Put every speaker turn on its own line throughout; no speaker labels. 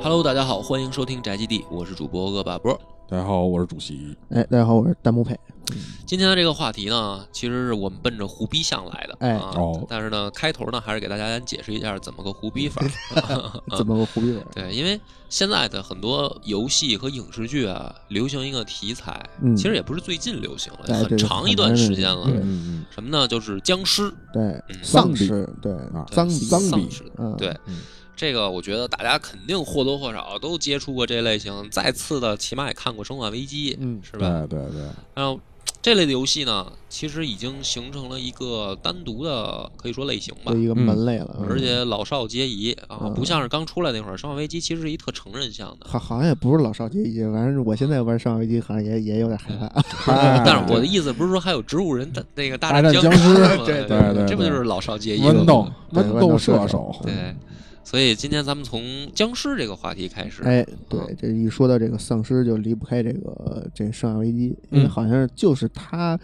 Hello，大家好，欢迎收听宅基地，我是主播恶霸波。
大家好，我是主席。
哎，大家好，我是弹幕配。
今天的这个话题呢，其实是我们奔着胡逼向来的，
哎
啊
哦
但是呢，开头呢还是给大家先解释一下怎么个胡逼 法。
怎么个胡逼味儿？
对，因为现在的很多游戏和影视剧啊，流行一个题材，
嗯
其实也不是最近流行了，
哎
很
对
长一段
很长
时间
一段时
了。
间对
嗯
什么呢？就是僵尸，
对，
嗯，
丧尸，对
啊，
丧
对
比
丧
丧
比
比，嗯，
对
嗯，
这个我觉得大家肯定或多或少都接触过这类型，再次的起码也看过《生化危机》，
嗯
是
对
吧？
哎对对对，
然后这类的游戏呢，其实已经形成了一个单独的可以说类型吧
嗯
就，一个门类了。
而且老少皆宜啊，
嗯
不像是刚出来那会儿，《生化危机》其实是一特成人向的。
好，好像也不是老少皆宜，反正我现在玩上一机，好像也也有点害怕。
哎
但是我的意思不是说还有植物人的那个大
大
战
战
尸
僵尸
吗
对
对
对
对对
这不就是老少 皆宜了
豌豆
吗？
对
豌
豌
豆
豆
射
射
手，
对，所以今天咱们从僵尸这个话题开始。
哎，对，这一说到这个丧尸，就离不开这个这《生化危机》，因为
嗯
好像是就是他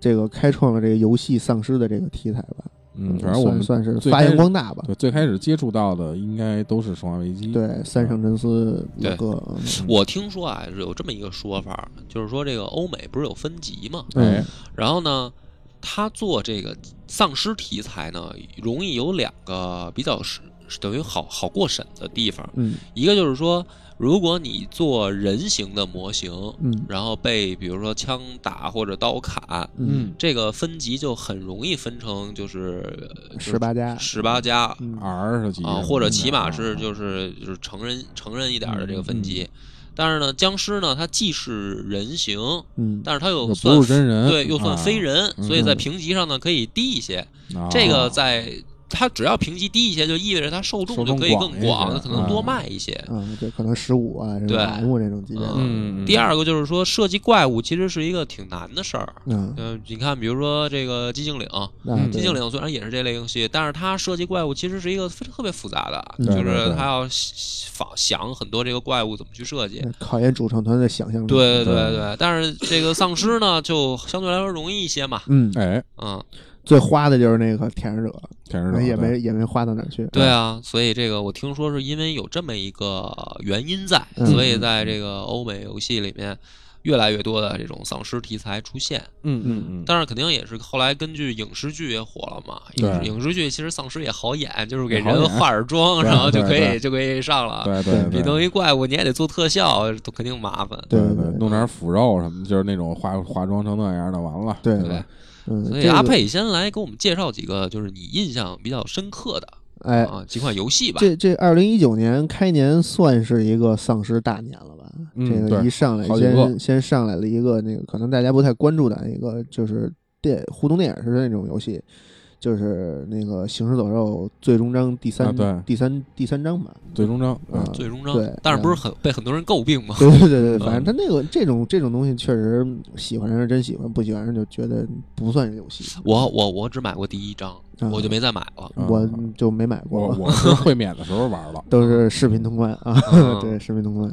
这个开创了这个游戏丧尸的这个题材吧。
嗯，反正我们
算算是
最
发
开
扬
始
光大吧。
对最开始接触到的应该都是《生化危机》。
对，三上真司
对
老哥，
我听说啊，有这么一个说法，就是说这个欧美不是有分级吗？
哎
嗯，
然后呢，他做这个丧尸题材呢，容易有两个比较是是等于好好过审的地方。
嗯
一个就是说，如果你做人形的模型，
嗯
然后被比如说枪打或者刀砍，
嗯，
这个分级就很容易分成就是
十八家，
十八加
嗯
R 是几嗯
啊，或者起码是就是就是成人成人一点的这个分级。但是呢，僵尸呢，它既是人形，
嗯，
但是它又
又
算
不是真人，
对，又算
啊
非，人，所以在
嗯
评级上呢可以低一些。
啊
这个在它只要评级低一些，就意味着它受众
受
就
众
可以
广
更
一些
广，可能多
嗯
卖一些。
嗯，就可能十五啊，什
对
么 M 这种级别的，
嗯，嗯
第，二个就是说，设计怪物其实是一个挺难的事儿。
嗯，
嗯、你看，比如说这个寂静岭，
嗯
那
寂
对
静岭虽然也是这类游戏，但是它设计怪物其实是一个非常特别复杂的，
嗯
就
对对
是
对
它要想想很多这个怪物怎么去设计。
考验主创团队的想象力。
对
嗯对
对对，但是这个丧尸呢，就相对来说容易一些嘛。
嗯，
哎，
嗯，
最花的就是那个舔食者，
天使
哎也
长
没也没花到哪儿去。
对啊，所以这个我听说是因为有这么一个原因在，
嗯
所以在这个欧美游戏里面，越来越多的这种丧尸题材出现。
嗯嗯嗯，
但是肯定也是后来根据影视剧也火了嘛，
对
影视影视剧其实丧尸也好演，就是给
也好演
人化点妆，
对
然后就可以
对
就可以上了。
对对
对
对，
你弄一怪物，你还得做特效，都肯定麻烦。
对
对
对
弄点腐肉什么，就是那种化化妆成那样的，完了，
对
对
吧？，
嗯，
所以
这个
阿，佩先来给我们介绍几个就是你印象比较深刻的
哎，
啊几款游戏吧。
这这二零一九年开年算是一个丧尸大年了吧？
嗯
这个
对
一上来
好几个
先先上来了一个那个可能大家不太关注的一个就是电互动电影式的那种游戏。就是那个《行尸走肉》最终章第三、
啊对
第三第三章吧，
最终章，
啊
嗯，
最终章
对，
但是不是很被很多人诟病 吗？
对对对对，
嗯
反正他那个这种这种东西，确实喜欢人是真喜欢，不喜欢人就觉得不算是游戏。
我我我只买过第一章，
嗯
我就没再买了。
我就没买
我
过，，
我是会免的时候玩了
都是视频通关啊，
嗯
对，视频通关。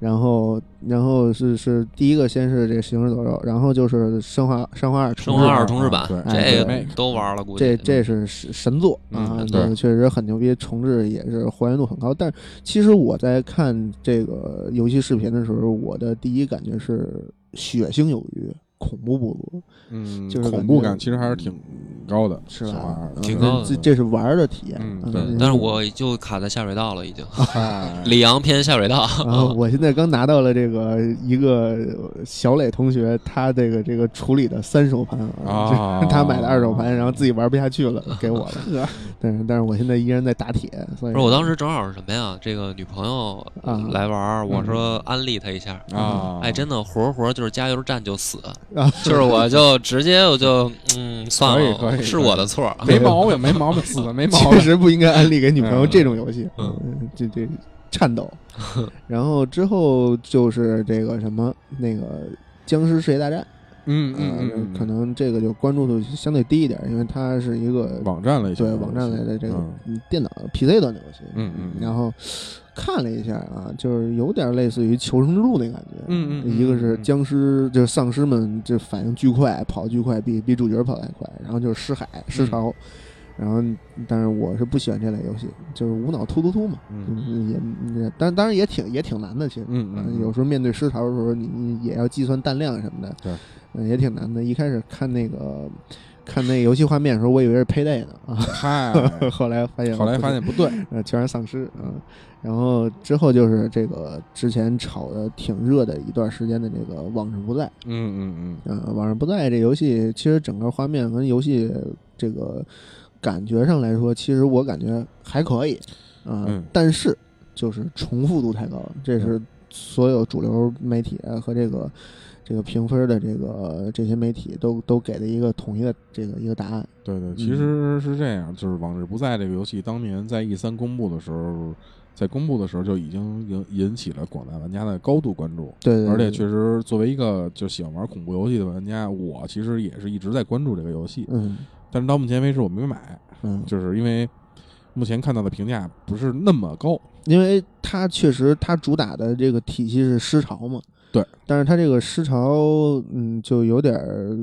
然后，然后是是第一个先是这个《行尸走肉》，然后就是《生化生化二》
生
重
化
置
二
啊
重置版
对，
这
哎
个都玩了，估计
这这是神神作啊
嗯，
这
对
个确实很牛逼，重置也是还原度很高。但是其实我在看这个游戏视频的时候，我的第一感觉是血腥有余，恐怖不足。
嗯，
就是
恐
感
怖
觉嗯
感其实还是挺啊高的，
是
小
吧
孩儿？
嗯
挺高的
这这是玩儿的体验。
嗯对
但是我就卡在下水道了，已经。
哎
里昂偏下水道，
啊，我现在刚拿到了这个一个小磊同学他这个这个处理的三手盘
啊
他买的二手盘，然后自己玩不下去了，给我了。但是但是我现在依然在打铁，所以
不是我 当时正好是什么呀？这个女朋友
啊
来玩儿，我说安利她一下。
啊，
哎，真的活活就是加油站就死，
啊
就是我就直接我就嗯算
可以可
了，
以
是我的错儿。
没毛病，没毛病，死的没毛
确
病。
实不应该安利给女朋友
嗯
这种游戏，
嗯
嗯，这这 颤抖。然后之后就是这个什么那个僵尸世界大战，
嗯
呃
嗯嗯，
可能这个就关注度相对低一点，因为它是一个
网站类型
对
的游戏，
网站类的这个
嗯
嗯电脑 PC 端的游戏，
嗯嗯嗯
然后看了一下啊，就是有点类似于《求生之路》那感觉，
嗯嗯嗯
一个是
嗯
僵尸，就是丧
嗯
尸们就反应巨快，跑巨快，比比主角跑得还快，然后就是尸海、尸潮，然后，但是我是不喜欢这类游戏，就是无脑突突突嘛，
嗯
嗯也，也但当然也挺也挺难的，其实。
嗯
嗯，
嗯，
有时候面对尸潮的时候，你你也要计算弹量什么的，
对，
嗯，也挺难的。一开始看那个看那游戏画面的时候，我以为是佩戴呢啊，
嗨，
后来发现
哎后来
不
发
是
现不 对，
呃全是丧尸嗯，然后之后就是这个之前炒的挺热的一段时间的这个《往日不在》，
嗯嗯
嗯，《往日不在》这游戏其实整个画面跟游戏这个感觉上来说，其实我感觉还可以，啊、
嗯
但是就是重复度太高了，这是所有主流媒体啊和这个这个评分的这个这些媒体都都给的一个统一的这个一个答案，
嗯，对对，其实是这样，就是《往日不在》这个游戏当年在 E 三公布的时候，在公布的时候就已经引引起了广大玩家的高度关注。
对对对，
而且确实，作为一个就喜欢玩恐怖游戏的玩家，我其实也是一直在关注这个游戏，
嗯
但是到目前为止我没买，
嗯，
就是因为目前看到的评价不是那么高。
因为它确实它主打的这个体系是尸潮嘛，
对，
但是它这个尸潮，嗯，就有点儿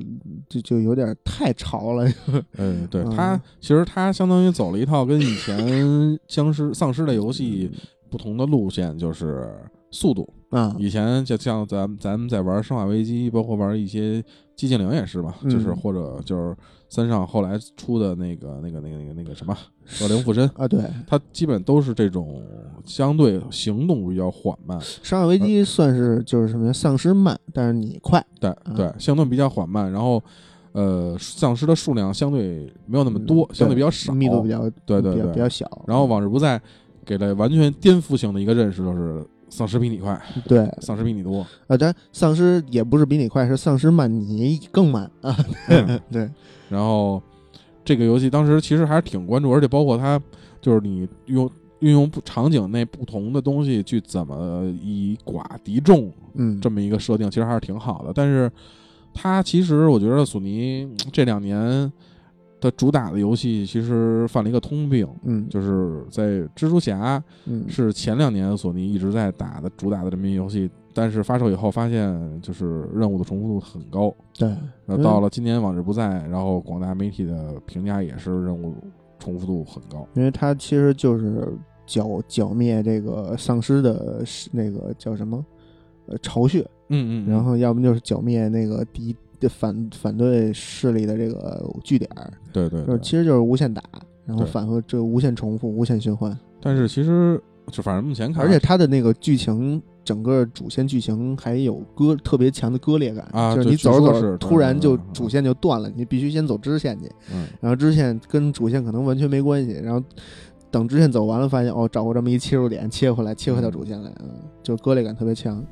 就就有点儿太潮了，
嗯，对，
嗯
它其实它相当于走了一套跟以前僵尸丧尸类游戏不同的路线，就是速度。
啊，
以前就像咱们咱们在玩《生化危机》，包括玩一些《寂静岭》也是嘛，
嗯
就是或者就是三上后来出的那个那个那个那个那个什么《恶灵附身》，
啊，对，
它基本都是这种相对行动比较缓慢，
《生化危机》算是就是什么呀丧尸慢，但是你快，
对
嗯
对，相对比较缓慢，然后呃，丧尸的数量相对没有那么多，
嗯
相对比较少，
密度比较
对对
比较
对
比较小。
然后往日不在给了完全颠覆性的一个认识，就是丧尸比你快，
对
丧尸比你 多。
啊，但丧尸也不是比你快，是丧尸慢你更慢啊。对，
嗯然后这个游戏当时其实还是挺关注，而且包括它就是你用运用不场景内不同的东西去怎么以寡敌众
嗯，
这么一个设定，其实还是挺好的。但是它其实我觉得索尼嗯这两年的主打的游戏其实犯了一个通病，
嗯
就是在蜘蛛侠
嗯
是前两年索尼一直在打的主打的这么一游戏，但是发售以后发现就是任务的重复度很高。
对，
那到了今年往日不在，然后广大媒体的评价也是任务重复度很高。
因为它其实就是剿剿灭这个丧尸的那个叫什么呃巢穴，
嗯
然后要么就是剿灭那个敌反反对势力的这个据点儿，
对嗯对
就是
对，
呃其实就是无限打，然后
对嗯
反复这无限重复、无限循环。
但是其实就反正目前看，
而且它的那个剧情，整个主线剧情还有割特别强的割裂感，
啊
就是
对
你走着走
据说
着，
是
突然就
嗯嗯嗯
主线就断了，你必须先走支线去，
嗯，
然后支线跟主线可能完全没关系，然后等支线走完了，发现哦，找过这么一切入点，切回来，切回到主线来，嗯，就割裂感特别强。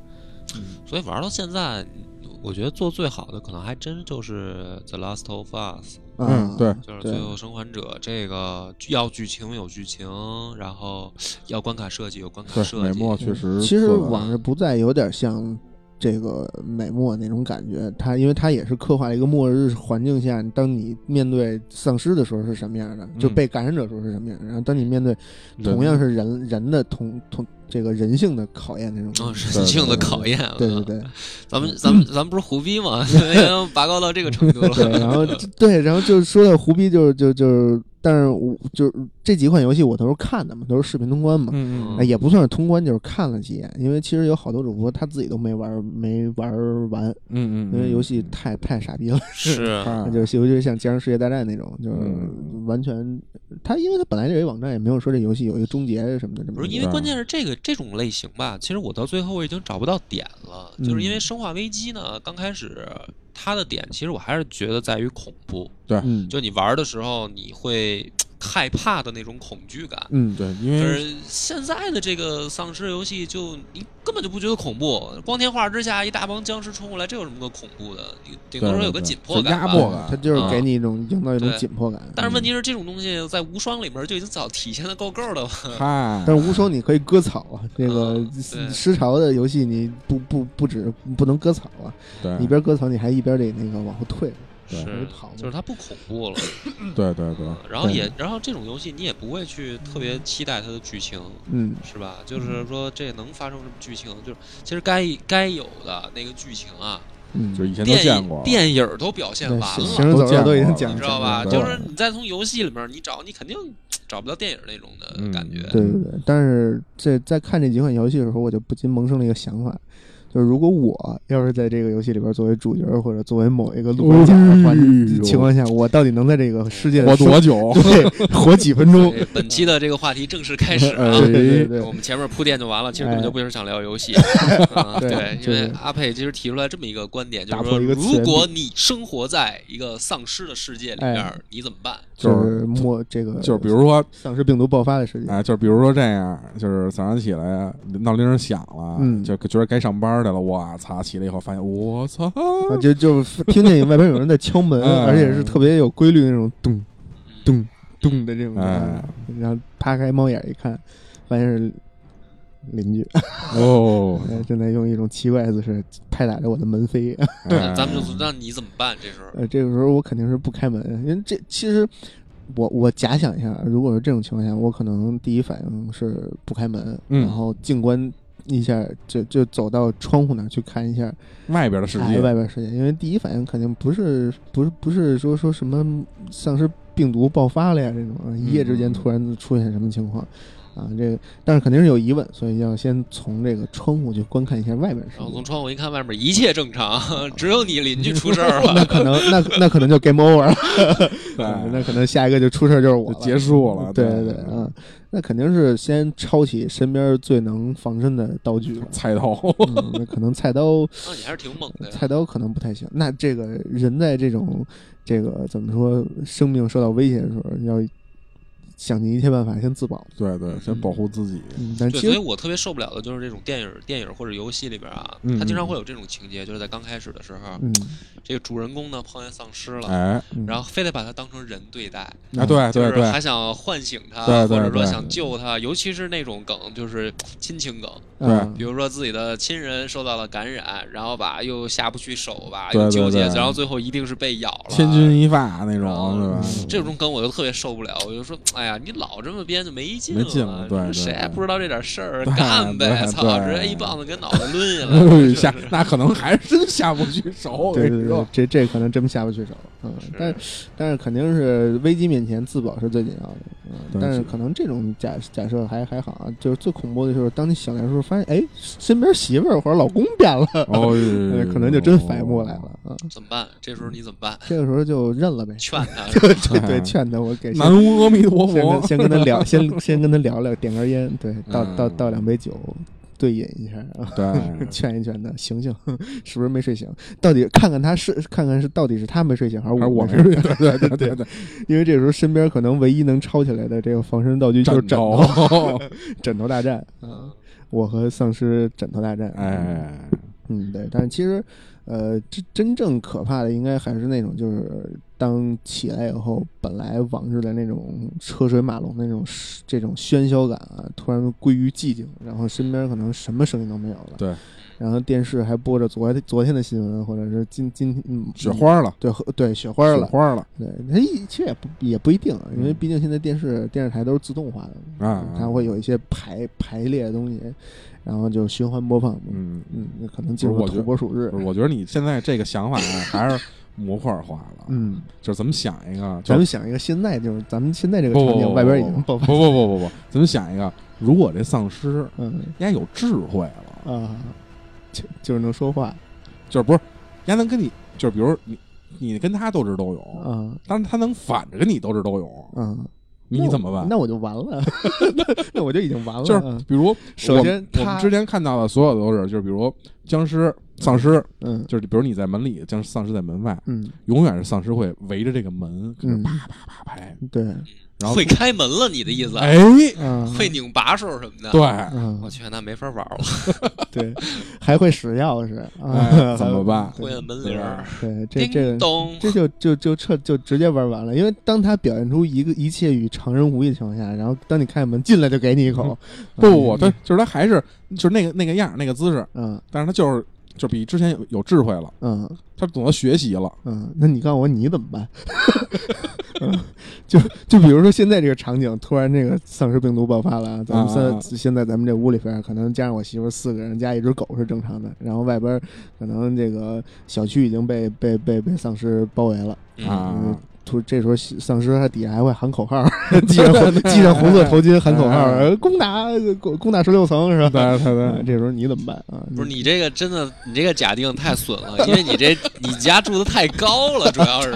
所以玩到现在，我觉得做最好的可能还真就是《The Last of Us
啊
嗯对》，
就是《
对
最后生还者》这个要剧情有剧情，然后要关卡设计有关卡
对，
设
美
计。
墨确实
其实
做得
往日不再有点像这个美墨那种感觉，它因为它也是刻画了一个末日环境下，当你面对丧尸的时候是什么样的，
嗯
就被感染者时候是什么样的，然后当你面对
人
同样是人人的同同这个人性的考验那种
嗯，
感觉，
人性的考验。啊
对对对
咱们咱们咱们不是胡逼 吗？已经拔高到这个程度
对，
了。
然后就对，然后就说到胡逼，就是就就是，但是我就是这几款游戏我都是看的嘛，都是视频通关嘛，
嗯嗯
哎，也不算是通关，就是看了几眼，因为其实有好多主播他自己都没玩儿没玩儿完，
嗯嗯，
因为游戏太太傻逼了，
是
啊
就尤其是像《僵尸世界大战》那种，就是
嗯
完全他因为他本来这个网站也没有说这游戏有一个终结什么的，这么
不是
一
因
个
为关键是这个这种类型吧，其实我到最后我已经找不到点了，
嗯
就是因为《生化危机》呢，刚开始它的点其实我还是觉得在于恐怖，
嗯
就你玩的时候你会害怕的那种恐惧感。
嗯
对，因
可
为
是现在的这个丧尸游戏，就你根本就不觉得恐怖，光天化日之下一大帮僵尸冲过来，这有什么可恐怖的？你顶多
对
说
对
有个
对
紧
就
迫感
压
吧。
迫感
他就是
啊
给你一种营造一种
对
紧迫感，
但是问题是，这种东西在无双里面就已经早体现的够够的了。
嗨，
但是无双你可以割草啊，这个
嗯对
尸潮的游戏你不不不止不能割草啊，
嗯
对
一边割草你还一边得那个往后退，
对
是
跑嘛，
就是它不恐怖了。
对对对，
然后也，然后这种游戏你也不会去特别期待它的剧情，
嗯
是吧？就是说这能发生什么剧情，就是其实该该有的那个剧情啊，
嗯
就是以前都
电
见过
影。电影儿都表现
对
完
行
了，
行尸走
都见过
肉都已经
了
讲
你
了，
知道吧？
对
就是
嗯
你再从游戏里面你找，你肯定找不到电影那种的感觉。
嗯
对对对，但是这在看这几款游戏的时候，我就不禁萌生了一个想法，就是如果我要是在这个游戏里边作为主角，或者作为某一个路人甲的话
哎呦
情况下，我到底能在这个世界
活
生
多久？
对 活几分钟？
对本期的这个话题正式开始啊！
哎
对对对哎
我们前面铺垫就完了，其实根本就不是想聊游 戏。啊
对
对，因
就是
为阿佩其实提出来这么一个观点，就
打
是
破
说，
一个次元壁
如果你生活在一个丧尸的世界里
哎
面，你怎么办？
就是
是啊末这个
就是比如说，
丧尸病毒爆发的世界，
哎，就是比如说这样，就是早上起来闹铃儿响了，
嗯
就觉得该上班去了。我操，起来以后发现，我操，
啊，就就是听见外边有人在敲门，
哎
而且是特别有规律那种咚
嗯
咚咚的这种声音
哎，
然后扒开猫眼一看，发现是邻居。
哦，
呃，正在用一种奇怪的姿势拍打着我的门扉。
嗯那
哎
咱们就说，那你怎么办？这时候，
呃，这个时候我肯定是不开门，因为这其实我我假想一下，如果是这种情况下，我可能第一反应是不开门，
嗯
然后静观一下，就就走到窗户那儿去看一下
外边的世
哎
界，
外边世界，因为第一反应肯定不是不是不是说说什么丧尸病毒爆发了呀这种，啊一夜之间突然出现什么情况。啊，这个，但是肯定是有疑问，所以要先从这个窗户去观看一下外边世
然
界
后。从窗户一看，外面一切正
哦
常， 只有你邻居出事儿了。
那可能那那可能就 game over 了，
对
那可能下一个就出事儿就是我
哎就
了
结束了。。
对对对，嗯，那肯定是先抄起身边最能防身的刀具了
菜头，
嗯，那可能 菜刀，
那啊你还是挺猛的呀。
菜刀可能不太行。那这个人在这种这个怎么说，生命受到威胁的时候，要想尽一切办法先自保。
对对，先保护自己。
嗯，但
对，
其
所以
实
我特别受不了的就是这种电影、电影或者游戏里边啊
嗯，
它经常会有这种情节，就是在刚开始的时候，
嗯，
这个主人公呢碰见丧尸了，
哎，
嗯
然后非得把他当成人对待，
啊，对
嗯就
对
是还
对，
想唤醒他，
对对
或者说
对
想救他，尤其是那种梗，就是亲情梗，
嗯
比如说自己的亲人受到了感染，然后吧又下不去手吧，
对
又纠结，
对对
然后最后一定是被咬了。
千钧一发那种，对
嗯
吧？
这种梗我就特别受不了，我就说，哎呀，你老这么编就没劲
没劲了对
就是
对
谁还
对
不知道这点事儿，
对
干呗，
对
操，
对
直接一棒子给脑袋抡 下
哎
来，
下那可能还真下不去手。我跟
对对
你
对
说，
这这可能真下不去手。嗯，但
是
是但是肯定是危机面前自保是最紧要的。嗯，
对
但是
是
可能这种假假设还还好啊，就是最恐怖的就是当你醒来的时候，发现哎，身边媳妇儿或者老公变了，
哦，
呃可能就真反应不过来了。啊。
怎么办？这时候你怎么 办？
这个时候就认了呗，
劝他，
对对， 劝他我给先
南无阿弥陀
先
佛
跟，先跟他 聊，先先跟他聊聊，点根烟，对，倒
嗯
倒倒两杯酒，对饮一下啊。
对
劝一劝他，醒醒， 是不是没睡醒？到底看看他是看看是到底是他没睡醒还是
还是我
我
没
睡醒？
对对对对对，
因为这时候身边可能唯一能抄起来的这个防身道具就是枕头，
头，
枕头大战。嗯，我和丧尸枕头大战。，
哎，
嗯，对。但是其实，呃，真真正可怕的应该还是那种，就是当起来以后，本来往日的那种车水马龙那种这种喧嚣感啊，突然归于寂静，然后身边可能什么声音都没有了。
对。
然后电视还播着昨天昨天的新闻，或者是今今嗯
雪花了，
对和对雪花
雪
了。
花了，
对，它一其实也不也不一定啊，因为
嗯
毕竟现在电视电视台都是自动化的，
啊
它会有一些排排列的东西，然后就循环播放嘛。
嗯，
嗯，那可能进入
不是我觉
土拨鼠日
不。是我觉得你现在这个想法呢，还是模块化了，
嗯，
就是咱们想一个，就
咱
是
们想一个现在就是咱们现在这个
不
场
不
景
不
外边已经爆
不
发，
不不不不，咱们想一个，如果这丧尸
嗯
人家有智慧了，
啊，就就是能说话
就是不是人家能跟你，就是比如你你跟他斗智斗勇，
啊
但是他能反着跟你斗智斗勇，
啊，那
你
我
怎么办？
那我就完了，那我就已经完了。
就是
嗯
比如，
首
我
先
们我
他
们之前看到的所有的都是，就是比如僵尸、丧尸，
嗯
就是比如你在门里，僵尸、丧尸在门外，
嗯
永远是丧尸会围着这个门，跟
嗯
着，啪啪啪拍，
对，
然后
会开门了，你的意思？
哎，
啊
会拧把手什么的。，
对，
我
嗯
去，那没法玩 了，
对，还会使钥匙啊
哎，怎么 办？
会按门铃儿，
对，这这
叮
个
咚，
这就就就彻就直接玩完了，因为当他表现出一个一切与常人无异的情况下，然后当你开门进来就给你一口，啊
不 不不，他就是他还是就是那个那个样儿那个姿势，
嗯
但是他就是就比之前有有智慧了，
嗯啊
他懂得学习了，
嗯，那你告诉我你怎么办？就就比如说现在这个场景，突然这个丧尸病毒爆发了，咱们三、
啊啊啊
现在咱们这屋里边可能加上我媳妇儿四个人加一只狗是正常的，然后外边可能这个小区已经被被被被丧尸包围了，
嗯，
啊，
突这时候丧尸还底下还会喊 口号，系上红系上红色头巾喊口号，
哎哎哎
呃攻打攻攻打十六层是吧？
对对
啊
对，
这时候你怎么办啊？
不是你这个真的，你这个假定太损 了，因为你这你家住的太高了，主要是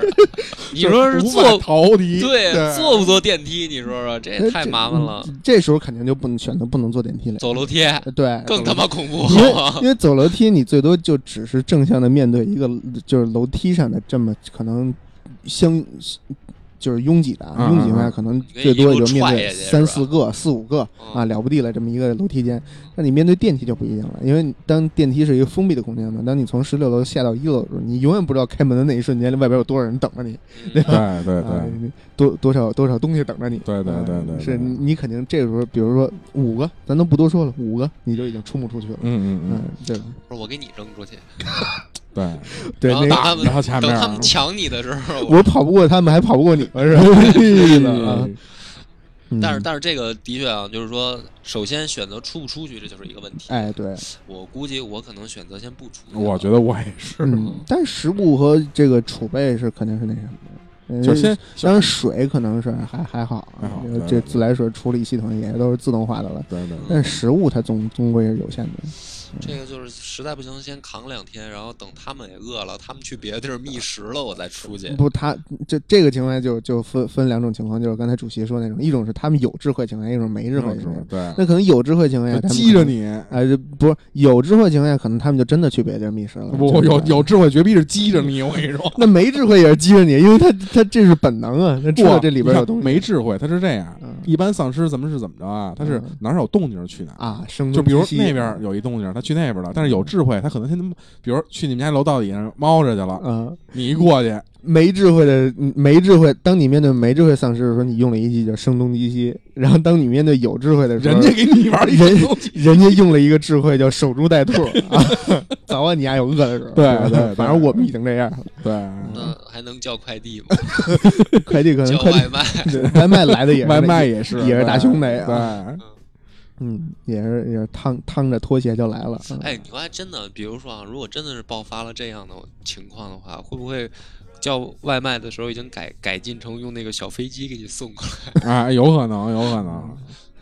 你说是
无法
坐
逃离，
对
对
坐不坐电梯，你说说这也太麻烦了，
哎这。嗯这时候肯定就不能选择不能坐电梯了，
走楼梯
呃对，
更他
走楼
妈啊恐怖，
因为因为走楼梯，你最多就只是正向的面对一个，就是楼梯上的这么可能相，就是拥挤的啊，
嗯
拥挤的话
嗯
可能最多也就
你
面
可以一路踹
对
下去
三四个、四五个啊，
嗯
了不地了这么一个楼梯间。那你面对电梯就不一样了，因为你当电梯是一个封闭的空间嘛，当你从十六楼下到一楼的时候，你永远不知道开门的那一瞬间外边有多少人等着你，
嗯
对对
啊
对，
多多少多少东西等着你。
对对
啊
对对对
是你肯定这个时候，比如说五个，咱都不多说了，五个你就已经冲不出去了。
嗯嗯
嗯
嗯，，
对吧？
不是我给你扔出去，
对，
对，
然后
那啊嗯
他
个
们
然后前
等
面
他们抢你的时候，
我跑不过他们，还跑不过你们 是吧？啊嗯
但是但是这个的确啊，就是说，首先选择出不出去，这就是一个问题。
哎，对，
我估计我可能选择先不出去。
我觉得我也是，
嗯，但是食物和这个储备是肯定是那什么的。呃
就先
当然水可能是还还好啊，
还好嗯
这个
对
这自来水处理系统也都是自动化的了。
对对对
但是食物它总终归是有限的，
这个就是实在不行，先扛两天，然后等他们也饿了，他们去别的地儿觅食了，我再出去。
不，它这这个情况下就就分分两种情况，就是刚才主席说那种，一种是他们有智慧情况下，一种没智慧情况下。
对，
那可能有智慧情况下，
就
他们
激着你。
哎，这不是有智慧情况下，可能他们就真的去别地儿觅食了。
我
就
我
是
有有智慧绝逼是激着你，我跟你 说，
那没智慧也是激着你，因为他他这是本能啊，他知道
不
这里边有东
你
西
看没智慧，他是这样
嗯。
一般丧尸咱们是怎么着啊？他是
嗯
哪儿有动静去哪儿。
啊，声
就
东
比如
击西
那边有一动静，他去那边了。但是有智慧，他可能先，比如去你们家楼道底上猫着去了，
啊，
你一过去，
没智慧的没智慧，当你面对没智慧丧尸的时候，你用了一句叫声东击西；然后当你面对有智慧的时候，
人家给你玩一
人
个东西。
人家用了一个智慧叫守株待兔 啊，早晚你丫有饿的时候。
对
是吧
对对
反正我们已经这样了，
对，
那还能叫快递 吗？
快递可能
叫
快
外
递
卖？
对 外卖来的也是
外卖也是，
也是大兄弟
对
啊，嗯，也是也是趟趟着拖鞋就来了。嗯
哎，你说还真的，比如说啊，如果真的是爆发了这样的情况的话，会不会叫外卖的时候已经改改进成用那个小飞机给你送过来？
啊，有可能，有可能。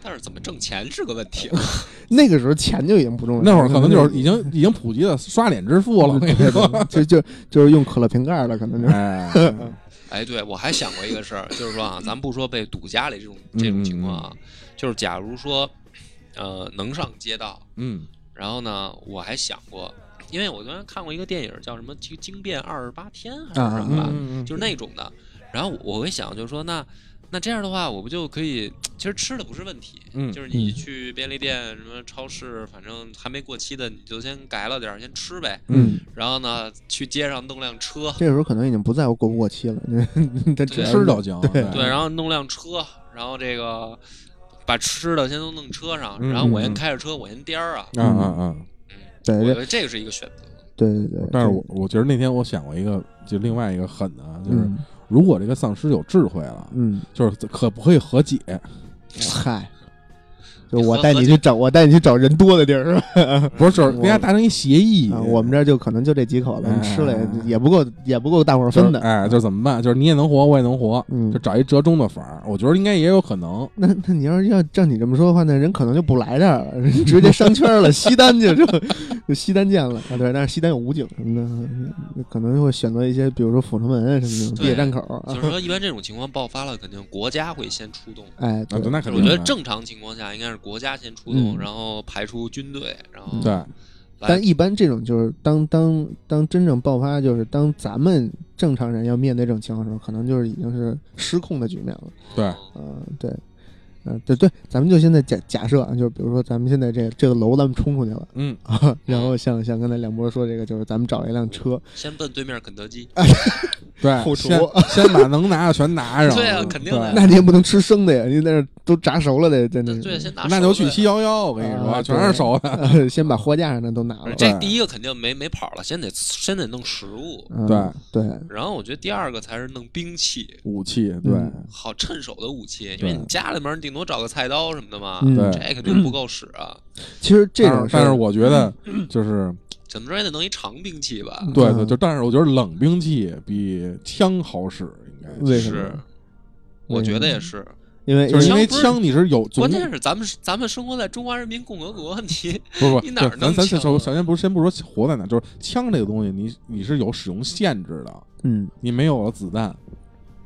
但是怎么挣钱是个问题啊。
啊
嗯
那个时候钱就已经不重要了，
那会儿可能就是已经已经普及了刷脸支付了，我跟你说。
就就就是用可乐瓶盖了，可能就 是。
哎，
哎，对，我还想过一个事儿，就是说啊，咱不说被堵家里这种这种情况啊，
嗯
就是假如说，呃，能上街道，
嗯
然后呢，我还想过，因为我昨天看过一个电影叫什么《惊惊变二十八天》还是什
嗯
么吧，
嗯，嗯
就是那种的。然后我会想，就是说，那那这样的话，我不就可以？其实吃的不是问题，
嗯
就是你
嗯
去便利店、什么超市，反正还没过期的，你就先改了点儿，先吃呗。
嗯，
然后呢，去街上弄辆车，
这时候可能已经不在乎过不过期了， 他只要
吃啊就行。对
对，然后弄辆车，然后这个把吃的先都弄车上，
嗯
然后我
嗯嗯
先开着车，我先颠儿啊。
嗯嗯嗯。
对
我
对
觉
对
得这个是一个选择。
对对。
但是我我觉得那天我想过一个，就另外一个狠的啊，就是
嗯
如果这个丧尸有智慧了，
嗯，
就是可不可以和解？
嗨，就我带你去找，我带你去找人多的地儿是吧？
不是，就是大家达成一协议
啊，我们这儿就可能就这几口子，
哎
吃了也也不够，也不够大伙儿
就是
分的。啊
哎，就是怎么办？就是你也能活，我也能活，
嗯
就，找一折中的法儿。我觉得应该也有可能。
那那你要是要照你这么说的话，那人可能就不来这儿了， 人直接商圈了，西单去就 就西单见了啊。对，但是西单有武警什么的，可能会选择一些，比如说阜成门啊什么的
对
地铁站口
就
啊。
是说，一般这种情况爆发了，肯定国家会先出动。
哎，
啊，
对
对，那肯
就
定
我觉
的。
得正常情况下应该是国家先出动，
嗯
然后排出军队，然后
对，
来
但一般这种就是当当当真正爆发，就是当咱们正常人要面对这种情况的时候，可能就是已经是失控的局面了。
对
嗯
嗯、对。嗯，对对，咱们就现在假假设啊，就是比如说咱们现在这这个楼咱们冲出去了
嗯，
啊，然后像像刚才梁博说这个，就是咱们找了一辆车，
先奔对面肯德
哎
基，
对，
后厨
先先把能拿的全拿上，
对啊肯定的
对
那你也不能吃生的呀，你在那儿都炸熟了的，在那
对，先拿
嗯
手
那就
的
去七幺幺，我跟你说，
啊
全是熟的。
呃先把货架上的都拿了。
啊这
啊对
第一个肯定没没跑了，先得先得弄食物，
嗯
对
对，
然后我觉得第二个才是弄兵器，
武器，对，
嗯
好趁手的武器，因为
对
你家里面你顶多找个菜刀什么的嘛，
嗯
对
这肯定不够使啊，
其实这
但
种
是
事
但是
儿，
我觉得
嗯
就是
怎么着也得弄一长兵器吧，
嗯
对
嗯
对，就但是我觉得冷兵器比枪好使，应该
为什
是
么？，
我觉得也
嗯
是，
因为
就是因为
枪不是
枪你是有总
关
共
键是咱们是咱们生活在中华人民共和国， 你
不是不
你
是，
哪儿
对
能
咱咱
抢
先
啊
首首先不是先不说活在哪，就是枪这个东西，你你是有使用限制的，
嗯，
你没有了子弹，
嗯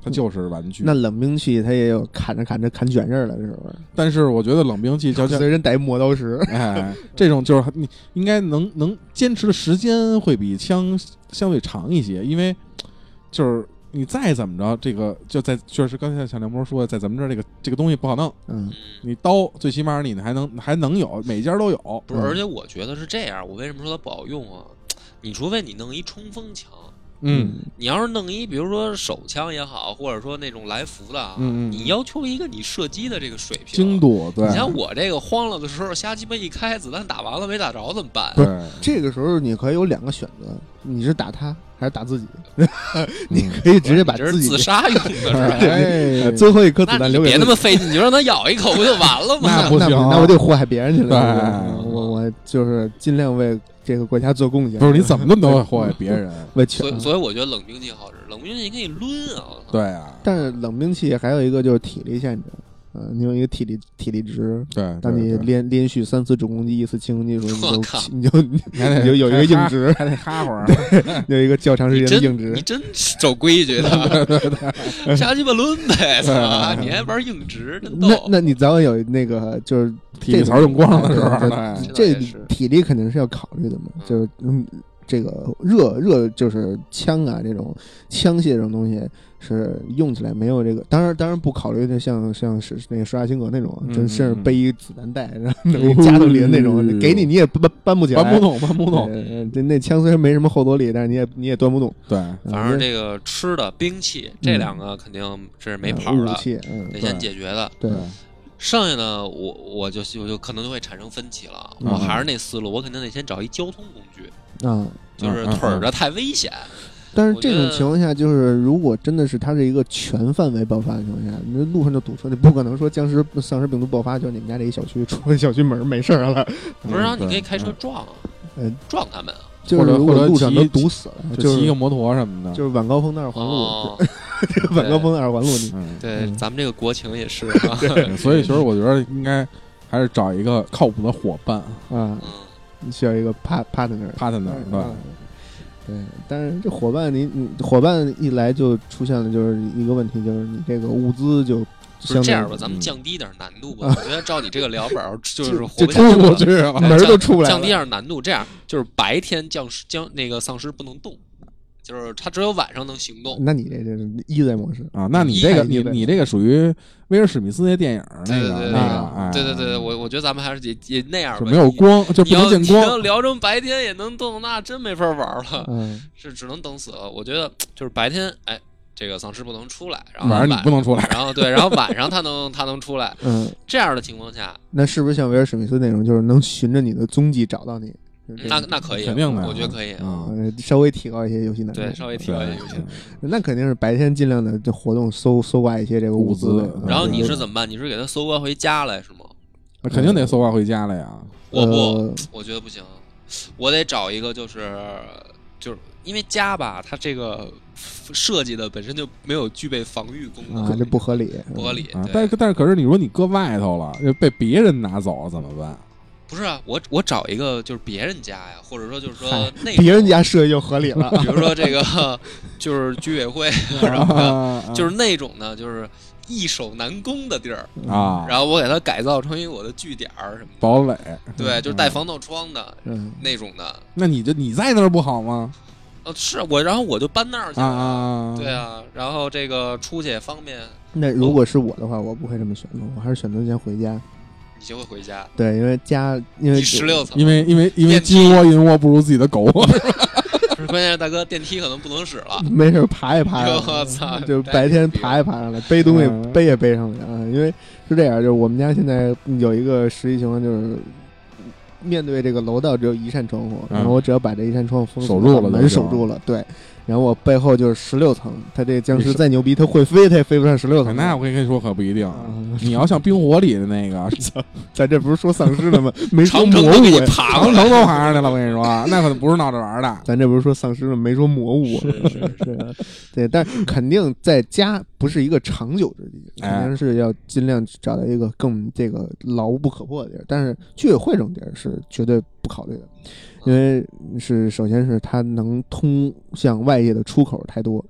它就是玩具。
那冷兵器它也有砍着砍着砍卷刃了，是不是？
但是我觉得冷兵器就像
随人逮磨刀石。
哎，这种就是你应该能能坚持的时间会比枪相对长一些，因为就是你再怎么着，这个就在确实刚才小梁波说的，在咱们这儿这个这个东西不好弄，
嗯
嗯，
你刀最起码你还能还能有，每家都有，
不是，
嗯
而且我觉得是这样，我为什么说它不好用啊？你除非你弄一冲锋枪，
嗯
你要是弄一比如说手枪也好，或者说那种来福的啊，
嗯嗯
你要求一个你射击的这个水平。
精度对
你像我这个慌了的时候，瞎鸡巴一开，子弹打完了没打着怎么办？
对，
这个时候你可以有两个选择，你是打他还是打自己？你
嗯
可以直接把
你这是
自己
自杀用的是吧？
哎
哎最后一 颗子
那
弹
你
留给
别
自
那
己
么费劲，你就让他咬一口不就完了吗？
那不行啊
那我哎得祸害别人去了。
对
是不是我我就是尽量为这个国家做贡献。
不是你怎么那么多祸害别人？
为全
所以，所以我觉得冷兵器好使，冷兵器你可以抡啊！我操，
对啊，
但是冷兵器还有一个就是体力限制，呃，你有一个体力体力值，
对，
当你
对对
连连续三次主攻击、一次轻攻击的时候
我靠，
你就你就
你还得
你就有一个硬
还
直，
还得哈会儿，
有一个较长时
你
间的
真
硬直
你。真守规矩 的， 瞎鸡巴抡呗！操，你还玩硬直，真
嗯那
逗。
那你早晚有那个就是
体力词儿用光了的时候，
对
对
哎这倒
这
也是
体力肯定是要考虑的嘛，
嗯
就是嗯，这个热热就是枪啊这种枪械这种东西是用起来没有这个，当然当然不考虑的像像是那个施瓦辛格那种，啊
嗯
就甚至
嗯
背一子弹袋，然后弄一加特林那种，
嗯
给你你也搬搬不起 来，
搬不动，搬不动，
对。呃这那枪虽然没什么后坐力，但是你也你也端不动。
对，
嗯
反正这个吃的、兵器这两个肯定是没跑
嗯武
的，
器，嗯，
得先解决的。
对，
剩下的我我就我就可能就会产生分歧了。啊
嗯
我还是那思路，我肯定得先找一交通工具，
啊。
就是
嗯嗯
腿儿着太危险。
但是
我
这
觉
种
得
情况下，就是如果真的是它是一个全范围爆发的情况下，那路上就堵车，你不可能说僵尸丧尸病毒爆发，就是你们家这一小区出了小区门儿没事 儿了，
不是啊，
对
你可以开车撞啊
嗯，
撞他们啊。
就
或
是
者
如
或
果
者
路上
骑
都堵死了，
就
就
骑一个
是
摩托什么的，
就是晚高峰那儿环路，
哦，
晚高峰二环路，你
嗯，
对，
嗯
咱们这个国情也是啊。
对所以其实我觉得应该还是找一个靠谱的伙伴
啊，
嗯，
你需要一个趴趴在那儿，
partner，对吧
嗯。对，但是这伙伴你你伙伴一来就出现了，就是一个问题，就是你这个物资就
不是
相
这样
当
吧，咱们
嗯
降低点难度吧。我觉得照你这个聊本儿， 就是
就
活不
就
下去
冲过
了。哎
去 了，
门儿都出不来
降低
了。
点难度，这样就是白天僵尸僵那个丧尸不能动，就是它只有晚上能行动。
那你这这是一代模式，
啊！那你这个
一
你
眼就被
你这个属于威尔史密斯那电影儿那
对
个
对对
那
对
个，哎，
对对对，我我觉得咱们还是也也那样
就
吧，
没有
你
光就不
你要
能见
你要
光，
聊成白天也能动，那真没法玩了，
嗯，
是只能等死了。我觉得就是白天，哎，这个丧尸不能出来，然后
晚上你不能出来，
然后对，然后晚上它能它能出来，
嗯，
这样的情况下，
那是不是像威尔史密斯那种，就是能循着你的踪迹找到你？就是这
那
种
那可以，
嗯肯定的，
我觉得可以。
啊，嗯
呃稍微提高一些游戏难度。
对，稍微提
对
高一下优先。
那肯定是白天尽量的就活动搜搜刮一些这个物
物
资
资
呗。
然后
嗯
你是怎么办？你是给它搜刮回家来是吗？
那肯定得搜刮回家了呀，
我不，
呃
我觉得不行，我得找一个就是就是因为家吧，它这个设计的本身就没有具备防御功能，
啊，这不合理。
不合理。
啊，
对
但是但是可是你说你搁外头了，又被别人拿走了怎么办？
不是啊，我我找一个就是别人家呀，或者说就是说
嗨
那种
别人，家设计就合理了。
比如说这个就是居委会， 然后
啊
就是那种呢，就是易守难攻的地儿， 嗯
啊，
然后我给它改造成一我的据点儿什么的，
堡垒，
对，就是带防盗窗的
嗯，
那种的。
那你就你在那儿不好吗？
呃，是我，然后我就搬那儿去
啊
了。
啊，啊
对，啊，然后这个出去也方便，
那如果是我的话，我不会这么选择，我还是选择先回家。
你先会回家。
对，因为家，因为
第十六层，
因为因为因为
电梯
金窝银窝不如自己的狗窝，
不是关键是大哥电梯可能不能使了，
没事儿爬也爬上
我操
来，就白天爬也爬上来，背东
嗯
西背也背上来啊。因为是这样，就是我们家现在有一个实际情况，就是面对这个楼道只有一扇窗户，
嗯
然后我只要把这一扇窗户封死
守住了
把
就
门
行
守住了，对。然后我背后就是十六层，他这僵
你
尸
是
再牛逼，他会飞，他也飞不上十六层。
那我跟你说可不一定。
啊
你要像冰火里的那 个
咱这不是说丧尸了吗？ 没说
长
魔
城都给
物
你，爬过
长
来。
城都爬上去了，我跟你说， 那可不是闹着玩的。
咱这不是说丧尸了，没说魔物。
是是是，
对啊，对，但肯定在家不是一个长久之计，
哎
肯定是要尽量找到一个更这个牢不可破的地儿。但是居委会这种地儿是绝对不考虑的，因为是首先是它能通向外界的出口太多，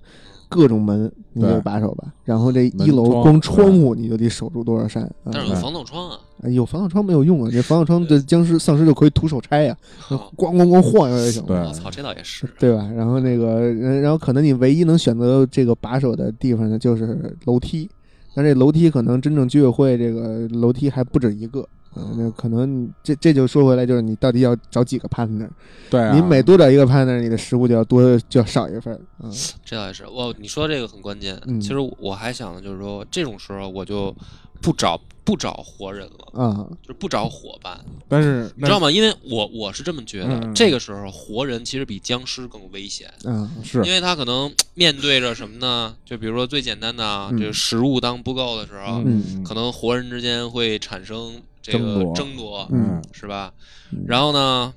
各种门你
对
得把守吧。然后这
门
一楼
窗
光窗户你就得守住多少扇啊
但？是有防盗窗啊，
哎有防盗窗没有用啊，这防盗窗对僵尸丧尸就可以徒手拆呀、
我
咣咣咣晃悠就行了。
对，
操，这倒也是。
对吧？然后那个，呃然然后可能你唯一能选择这个把手的地方呢，就是楼梯。但这楼梯可能真正居委会这个楼梯还不止一个，嗯，那可能你这这就说回来，就是你到底要找几个 partner？、
对啊，
你每多找一个 partner，你的食物就要多就要少一份儿， 嗯
这倒也是。哇，你说这个很关键。
嗯
其实我还想的就是说，这种时候我就不找不找活人了，
啊，
就是不找伙伴，
但是
你知道吗？因为我我是这么觉
嗯嗯
得，
嗯
这个时候活人其实比僵尸更危险。
啊，
是
因为他可能面对着什么呢？就比如说最简单的啊，
嗯
这个食物当不够的时候，
嗯
可能活人之间会产生这
争
个
夺
争夺，
嗯
是吧
嗯？
然后呢，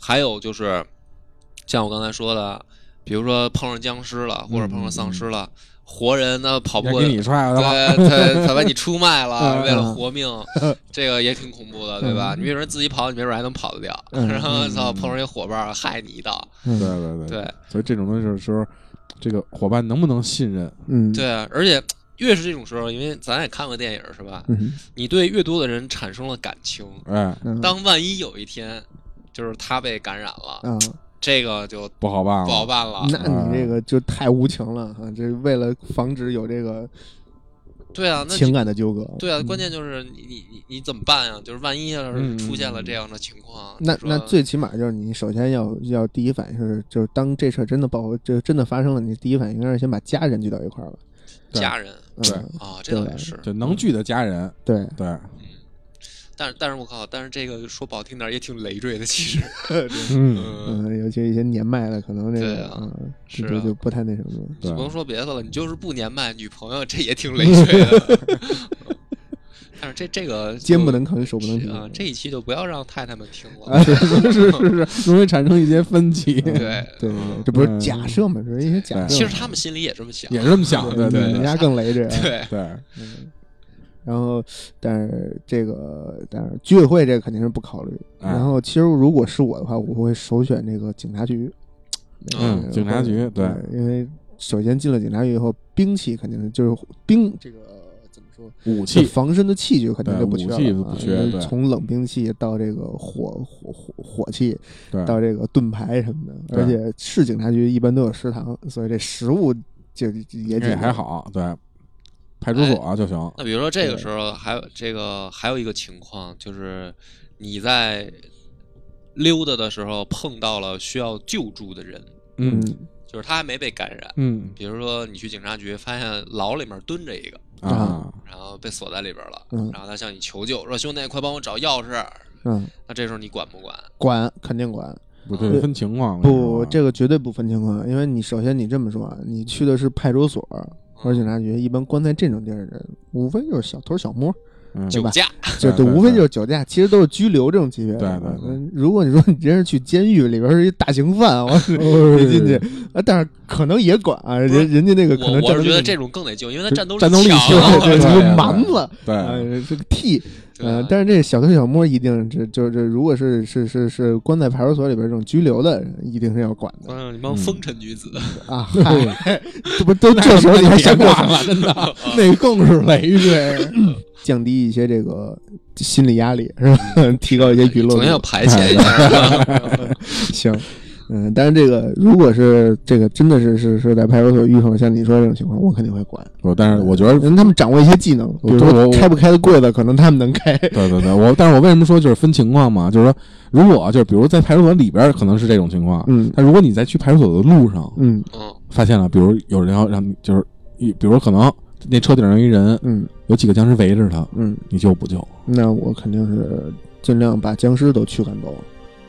还有就是像我刚才说的，比如说碰上僵尸了，或者碰上丧尸了，活人呢跑不
嗯要
过。
给你踹了吧？
对，他他把你出卖了，
嗯
为了活命，这个也挺恐怖的，对吧？你有人自己跑，你没准还能跑得掉。
嗯
然后操，
嗯
碰上一伙伴儿害你一道，
对
嗯
对对
对，
所以这种东西的时候，这个伙伴能不能信任？
嗯，
对啊，而且越是这种时候，因为咱也看过电影是吧？
嗯，
你对越多的人产生了感情，
哎，
嗯
当万一有一天就是他被感染了，
啊，
这个就
不好办了，
不好办了。
哦那你这个就太无情了啊！这是为了防止有这个
对啊，那
情感的纠葛，
对啊，
嗯
关键就是你你你你怎么办呀？就是万一要是
嗯
出现了这样的情况，
那
你说
那最起码就是你首先要要第一反应是，就是当这事儿真的爆，就真的发生了，你第一反应应该是先把家人聚到一块儿了。
家人
嗯、
对
啊，这倒也是。
就能聚的家人，
对，
对，
但是但是我靠，但是这个说不好听点儿也挺累赘的，其实。
嗯，
嗯，
嗯，尤其一些年迈的，可能这
对
个
啊
嗯
是
就
啊
就不太那什么。
对
就，甭说别的了，你就是不年迈，女朋友这也挺累赘的。 但是这这个
肩不
就
能扛，手不能提哎
啊，这一期就不要让太太们听
啊，
了。
是 是是是，容易产生一些分 歧，
对
对对对，这不是假设嘛，这是一些假设嘛。
嗯其实他们心里也这么想。
也是这么想的，
对
对
人
对
家更累这。
对，
对，
嗯然后，但是这个，但是居委会这个肯定是不考虑。
哎
然后，其实如果是我的话，我会首选这个警察局。
嗯
呃
警察局对
因为首先进了警察局以后，兵器肯定是就是兵这个怎么说，
武
这
器
防身的器具肯定
对
就不缺了
武器
啊
不缺
因为
对
从冷兵器到这个火火火火器，
对
到这个盾牌什么的，
对
而且市警察局一般都有食堂，所以这食物就也
这
也
还。好，对，派
哎
出所啊就行，
那比如说这个时候还有这个还有一个情况，就是你在溜达的时候碰到了需要救助的人，
嗯
就是他还没被感染。
嗯
比如说你去警察局，发现牢里面蹲着一个，
啊，
然后被锁在里边了，
嗯
然后他向你求救，说兄弟快帮我找钥匙。
嗯，
那这时候你管不管？
管肯定管，
不对，分情况，
不，这个绝对不分情况，因为你首先你这么说啊，你去的是派出所
嗯
或者警察局，一般关在这种地儿的人，无非就是小偷小摸，
嗯
酒
吧
驾，
就
对
对，
对
无非
对
就是酒驾，其实都是拘留这种级别的啊。
对对对
嗯如果你说你真是去监狱里边是一大刑 犯，我你进去，啊但是可能也管啊，人
不是
家人家那个可
我
能
我
战
是
斗
觉得
力
这种更得救，因为他
这
战斗
战斗力
强
强
啊。
对对
对对，这
对
个蛮子，
对
啊，这个 T，
对
呃，但是这小偷小摸一定是就是如果是是是是关在派出所里边这种拘留的人，一定是要管的
嗯，你帮
嗯
风尘女子，
啊。嗨，这不 都这时候你还
别
想管
管了，真 的，那更是累赘。
降低一些这个 心理压力是吧？提高一些娱乐
总
度
要排遣一下。
行，嗯，但是这个如果是这个真的是是是在派出所遇上像你说这种情况，我肯定会管。
我但是我觉得，
人他们掌握一些技能，比
我
如
我
说
我
开不开的柜子，可能他们能开。
对对对，我但是我为什么说就是分情况嘛？就是说，如果就是比如在派出所里边儿可能是这种情况，
嗯
但如果你在去派出所的路上
嗯
嗯
发现了，比如有人要让你就是一，比如可能那车顶上有一人，
嗯
有几个僵尸围着他，
嗯，
你救不救？
那我肯定是尽量把僵尸都驱赶走，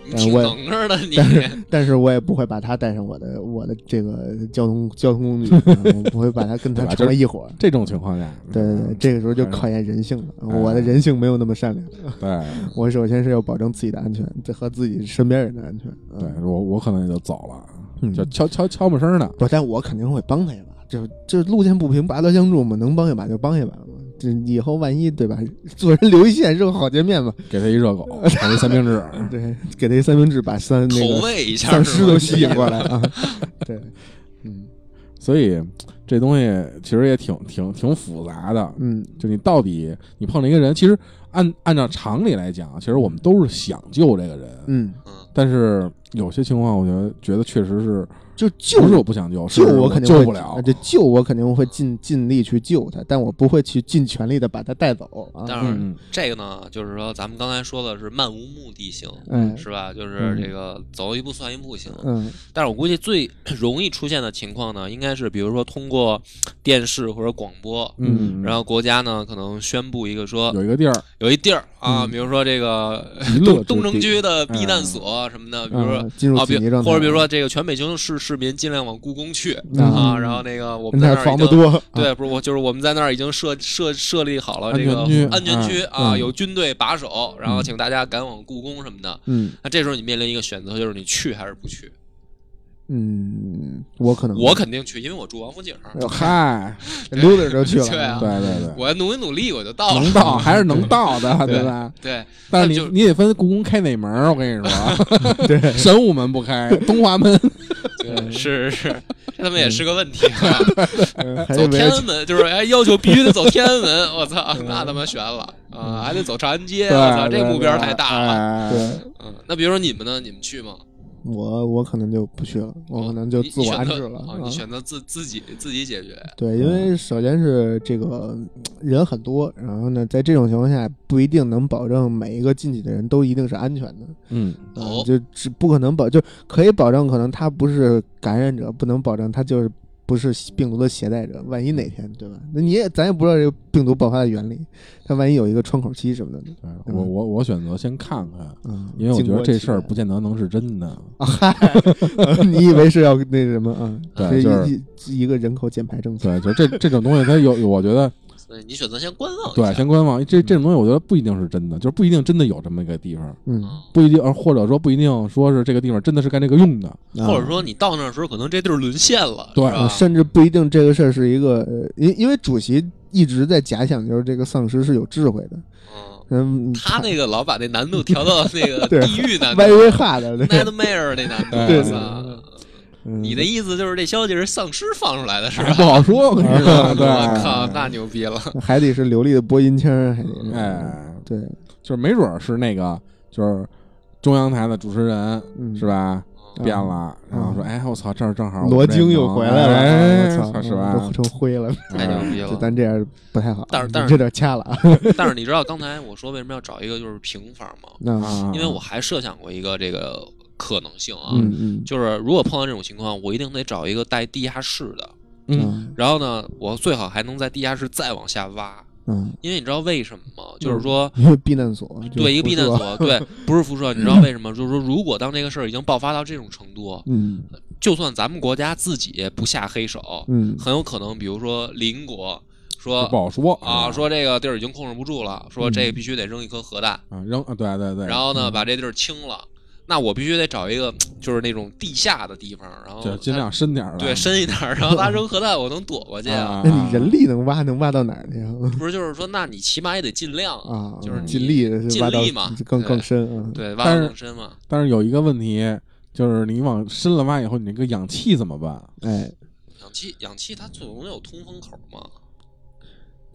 你
但
挺
我也
能着的你，
但是但是我也不会把他带上我的我的这个交通交通工具， 嗯我不会把他跟他
对吧嗯
成为一伙儿。
这种情况下，
对对对，这个时候就
还是
考验人性了。
哎
我的人性没有那么善良，
对
我首先是要保证自己的安全，这和自己身边人的安全。嗯
对，我我可能也就走了，
嗯
就敲敲敲门声呢。
不，但我肯定会帮他一把。就就路见不平，拔刀相助嘛，能帮一把就帮一把嘛。这以后万一对吧，做人留一线，日后好见面嘛。
给他一热狗，给他一三明治，
对，给他一三明治，把三那
投
个
喂一下，
丧尸都吸引过来啊。对，嗯
所以这东西其实也挺挺挺复杂的。
嗯
就你到底你碰了一个人，其实按按照常理来讲，啊其实我们都是想救这个人，
嗯，
嗯，
但是有些情况，我觉得觉得确实是
就救
不是我不想救，是
救我肯定
救
会
不了
哦
啊。这救我肯定会尽尽力去救他，但我不会去尽全力的把他带走
当
啊。
然
嗯，
这个呢，就是说咱们刚才说的是漫无目的性，
嗯
是吧？就是
嗯
这个走一步算一步行。
嗯
但是我估计最 容易出现的情况呢，应该是比如说通过电视或者广播，
嗯，
然后国家呢可能宣布一个说
有一个 地儿
有一地儿啊，
嗯
比如说这个
娱
东
乐
东城
之地
区的避难所什么的，比如说
啊，进入
啊，比
紧急状态，
或者比如说这个全北京市市民尽量往故宫去
嗯
啊，然后那个我们在
那
那儿
儿
已
房子
经。
多，啊
对，不是我，就是我们在那儿已经设设设立好了这个
安全区
安全区
啊
啊，
嗯
有军队把守，然后
嗯
请大家赶往故宫什么的。
嗯
那这时候你面临一个选择，就是你去还是不去？
嗯，我可能哎
我肯定去，因为我住王府井，
嗨，
溜达着就去了。
对啊
对对对，
我努一努力我就到了。
能到还是能到的，对吧？
对，
但是
那就
你你得分故宫开哪门儿，我跟你说，
对，
神武门不开，东华门
对是是是，这他妈也是个问题啊！
嗯还
走
得围
天
着
安门就是哎，要求必须得走天安门，我操，那他妈悬了啊！还得走长安街，
对，
我操，这
对哎
目标太大了。
了
对，
嗯，那比如说你们呢？你们去吗？
我我可能就不去了，我可能就
你
自我安
你
置
选择
了。
哦
嗯
你选嗯择自自己自己解决。
对，因为首先是这个嗯人很多，然后呢，在这种情况下不一定能保证每一个进去的人都一定是安全的，
嗯，
嗯
哦
就只不可能保，就可以保证可能他不是感染者，不能保证他就是不是病毒的携带者。万一
嗯
哪天对吧？那你也咱也不知道这个病毒爆发的原理，它万一有一个窗口期什么的呢？
对我我我选择先看看，
嗯，
因为我觉得这事儿
经过期待
不见得能是真的，
你以为是要那什么啊？
对
这
就
一一一个人口减排政策。
对，就这这种东西，它有有我觉 得
所以你选择先观望一
对，
下。
先观望。这这种东西，我觉得不一定是真的，就是不一定真的有这么一个地方，
嗯，
嗯，
不一定，呃或者说不一定说是这个地方真的是干这个用的。
啊
或者说你到那儿的时候，可能这地儿沦陷了，
对
是
啊，
吧
甚至不一定这个事儿是一个，呃因因为主席一直在假想，就是这个丧尸是有智慧的。
嗯，
嗯，
他那个老把那难度调到那个
对
地狱难度
歪歪哈的，对
，nightmare 那难
对
度。我操
嗯
你的意思就是这消息是丧尸放出来的，是吧？
不好说，我 跟你说，嗯 对，
我靠，那牛逼 了！
嗯还得是流利的播音腔儿，还得是
哎，
对，
就是没准儿是那个，就是中央台的主持人
嗯，
是？吧？
嗯
变了，然后说，哎，我操，这儿正好我
罗
们这
京又
能
回来了，
哎
我操，
是
都
吧？
成灰了，
太牛逼
嗯就
了！
咱这样不太好，
但是但是
这点掐 了啊，
但是你知道刚才我说为什么要找一个就是平方吗？
那
啊，
因为我还设想过一个这个可能性啊，
嗯嗯
就是如果碰到这种情况，我一定得找一个带地下室的，
嗯，
然后呢，我最好还能在地下室再往下挖，
嗯，
因为你知道为什么吗？就是说。
因为避难所，嗯就是
对一个避难
辐射，
所， 对，不是辐射，你知道为什么？就是说，如果当这个事儿已经爆发到这种程度，
嗯
就算咱们国家自己不下黑手，
嗯
很有可能，比如说邻国
就不
说
好说
啊，说这个地儿已经控制不住了，说这
嗯
必须得扔一颗核弹，
啊扔，啊对对对，
然后呢，把这地儿清了。那我必须得找一个就是那种地下的地方，然后
就
它
尽量深点儿了，
对深一点儿，然后他扔核弹我能躲过去啊。
啊，
那你人力能挖能挖到哪儿去啊？
不是，就是说，那你起码也得尽量啊，
啊，
就是你
尽力地
尽
挖到
力嘛
更
对
更深啊。
对，挖
但
得
是
更深嘛。
但是有一个问题，就是你往深了挖以后，你那个氧气怎么办？
哎，
氧气，氧气它总有通风口嘛。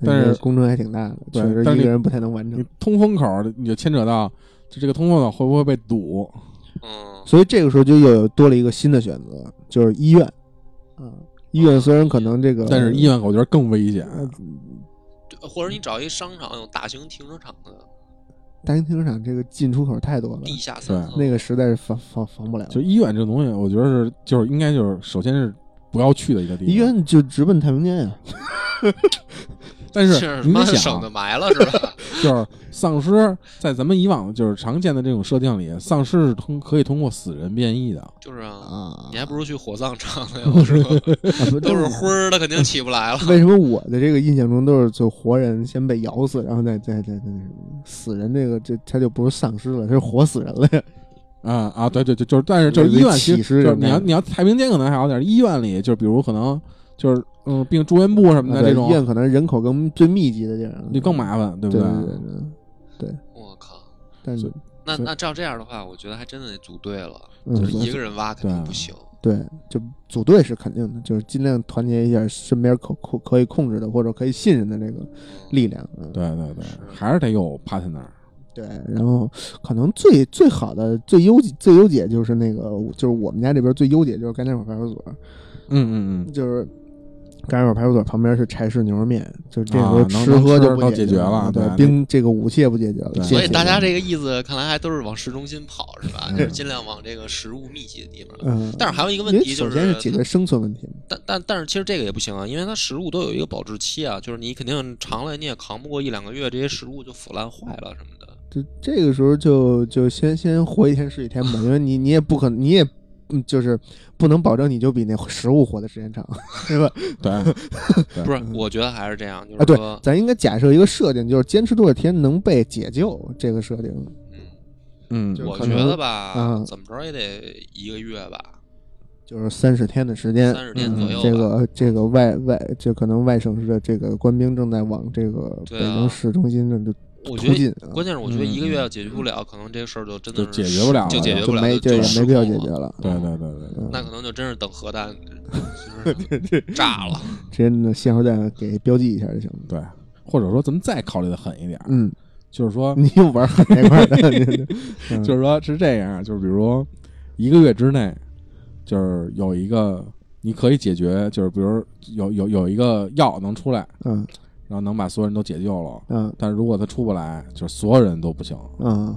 但是
那个工程还挺大的，
对
确实
但是你
一个人不太能完
你
成。
通风口儿你就牵扯到，就这个通风口会不会被堵？
嗯
所以这个时候就又有多了一个新的选择，就是医院啊。医院虽然可能这个，
但是医院我觉得更危险。
呃
或者你找一商场有大型停车场的
大型停车场这个进出口太多了，
地下三层，
那个实在是防防防不了。
就医院这东西，我觉得是就是应该就是首先是不要去的一个地方。
医，院就直奔太平间呀，
但
是
是你
妈
得
省
想
的
啊，
埋了是 吧？
就是丧尸在咱们以往就是常见的这种设定里，丧尸是通可以通过死人变异的。
就是啊，
啊，
你还不如去火葬场 呢，我说
啊不
都是
但
灰儿的，肯定起不来了。
为什么我的这个印象中都是就活人先被咬死，然后再再再再那什么死人这个这他就不是丧尸了，他是活死人了 呀。
啊啊，对对对，就是但是就是医院其实
起尸
就是
人
你要
那
你要太平间可能还好点，医院里就比如可能就是嗯病住院部什么
啊
的
对
这
医院
种，
可能是人口更最密集的地儿，
你更麻烦，对
对
不
对
对？
对对，
我靠，
但是
那
所以
那照这样的话，我觉得还真的得组队了，
嗯
就是
所以
一个人挖肯定不行。
对啊就组队是肯定的，就是尽量团结一下身边可控可以控制的或者可以信任的这个力量。嗯，
对对对
是，
还是得有 partner。
对，然后可能最最好的最优解最优解就是那个就是我们家这边最优解就是甘家口派出所，
嗯嗯嗯，
就是甘家口派出所旁边是柴氏牛肉面，就是这时
啊
候
能
吃
能
喝
吃
就不
到
解
解决
了
了，对
冰这个武器也不解决了
对，
所以大家
这
这个意思看来还都是往市中心跑是吧？
嗯
就是尽量往这个食物密集的地方。
嗯，
但是还有一个
因
问
为
题就
首
是
先解决生存问题嘛，
但但但是其实这个也不行啊，因为它食物都有一个保质期啊，就是你肯定长了你也扛不过一两个月，这些食物就腐烂坏了什么的。
就这个时候就就先先活一天是一天吧，因为你你也不可你也。嗯，就是不能保证你就比那食物活的时间长，是吧？
对，对
不是，我觉得还是这样，就
嗯啊，
是
对
说，，
咱应该假设一个设定，就是坚持多少天能被解救这个设定。
嗯，
嗯
就，
我
可
觉
能
得吧
嗯，
怎么着也得一个月吧。
就是三十天的时间，
30天
左右
吧
嗯、这个这个外外，这可能外省市的这个官兵正在往这个北
对啊
京市中心的这
我觉
突
得
进啊，
关键是我觉得
嗯
一个月要解决不了，可能这事儿就真的
就是解决不了
就
了
解决
啊就
不了，
没
就
这也没必要解决
了。
了，
对对对对对，
那可能就真是等核 弹就是炸了。
直接那信号弹给标记一下就行了。
对，或者说咱们再考虑的狠一点儿，
嗯，
就是说，
你又玩狠那块儿的，嗯
就是说是这样，就是比如一个月之内，就是有一个你可以解决，就是比如有有有一个药能出来，
嗯
然后能把所有人都解救了。
嗯
但是如果他出不来，就是所有人都不行
嗯，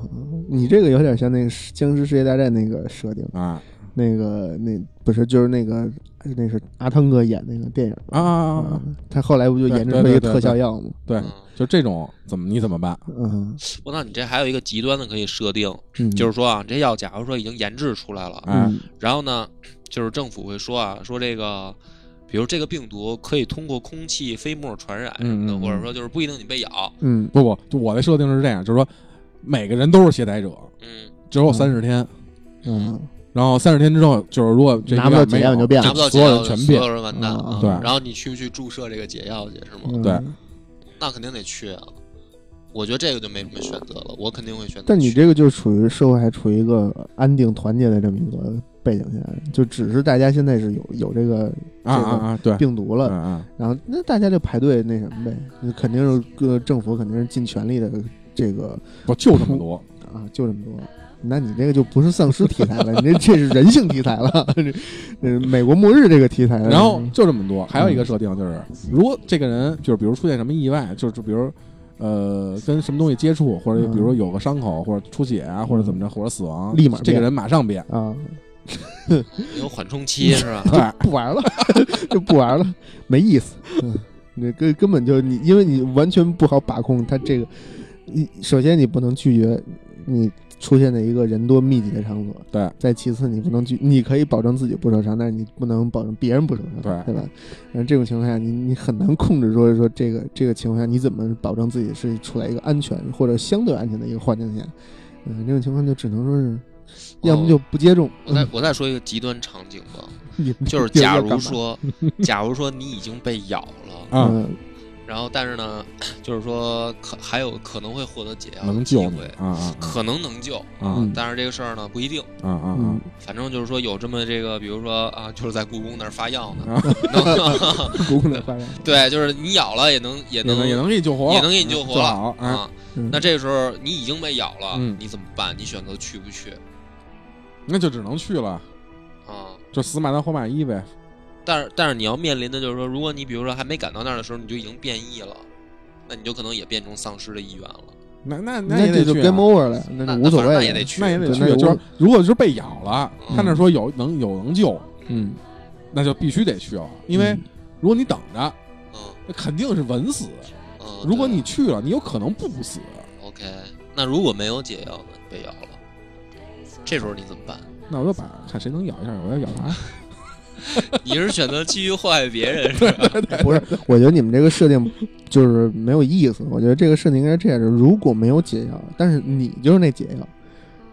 你这个有点像那个《僵尸世界大战》那个设定，
啊
那个那不是就是那个那是阿汤哥演那个电影
啊啊！啊啊！
嗯他后来不就研制
对
出
对
一个
对
特效
对
药吗？
对
嗯，
就这种怎么你怎么办？
嗯，
我那你这还有一个极端的可以设定，
嗯
就是啊说啊，这药假如说已经研制出来了，
哎
嗯
然后呢，就是政府会说啊，说这个，比如这个病毒可以通过空气飞沫传染什么的，
嗯嗯嗯
或者说就是不一定你被咬，
嗯
不不，就我的设定是这样，就是说每个人都是携带者，
嗯，
只有
嗯
三十天，
嗯
然后三十天之后，就是如果这
拿不到
一个
解
没有
药你就变了
拿不到解
所有
药，
人全
所
变
有。人完蛋啊
嗯。
对
然后你去不去注射这个解药去是吗？
嗯
对
那肯定得去啊。我觉得这个就没什么选择了，我肯定会选择去。
但你这个就处于社会还处于一个安定团结的这么一个背景下，就只是大家现在是有有这个
啊啊啊！对，
病毒了，
嗯嗯，
然后那大家就排队那什么呗，那肯定是各政府肯定是尽全力的呃这个
我就这么多，
啊，就这么多。那你这个就不是丧尸题材了， 你这这是人性题材了， 这这美国末日这个题材 了。
然后就这么多。还有一个设定就是，如果这个人就是比如出现什么意外，就是比如呃跟什么东西接触，或者
嗯
比如有个伤口，或者出血啊，或者怎么着，或者死亡，
立马
这个
变
人马上变。
啊，
有缓冲期是吧？
对，
不玩了，就不玩了，没意思。嗯，你根根本就你，因为你完全不好把控它这个。你首先你不能拒绝你出现在一个人多密集的场所，
对。
再其次你不能拒，你可以保证自己不受伤，但是你不能保证别人不受伤，
对
对吧？然后这种情况下，你你很难控制说说这个这个情况下你怎么保证自己是处在一个安全或者相对安全的一个环境下。嗯，这种情况就只能说是，要么就不接种。
我再我再说一个极端场景吧，
嗯
就是
要
假
要干
如
嘛
说，假如说你已经被咬了，
啊，
嗯
然后但是呢，就是说可还有可能会获得解药的
能
机
救你
会，
啊啊
可能能救，
啊啊
嗯
但是这个事儿呢不一定。
啊啊
嗯！
反正就是说有这么这个，比如说啊，就是在故宫那儿发药呢，
不可能发展。
对，就是你咬了也能也
也能
能
也能给你救活，
也能给你救活了
好啊！
啊。
嗯
那这时候你已经被咬了
嗯，
你怎么办？你选择去不去？
那就只能去了，
啊。
就死马当活马医呗。
但是但是你要面临的就是说，如果你比如说还没赶到那儿的时候，你就已经变异了，那你就可能也变成丧尸的一员了。
那那也
那
得
这就
去啊
game over 了，那
那
就无所
那反正
谓
那也
了
得。去，
那也得
对
去啊
那也，无
就是如果是被咬了，
嗯
他那说有能有能救，
嗯，
那就必须得去了，啊因为如果你等着，
嗯
那肯定是稳死；
嗯。
如果
对
你去了，你有可能不死。
OK，那如果没有解药呢？被咬了，这时候你怎 么办？
那我就把看谁能咬一下，我要咬他。
你是选择基于祸害别 人是吧？
哎
不是， 我觉得你们这个设定就是没有意思。我觉得这个设定应该这样：如果没有解药，但是你就是那解药，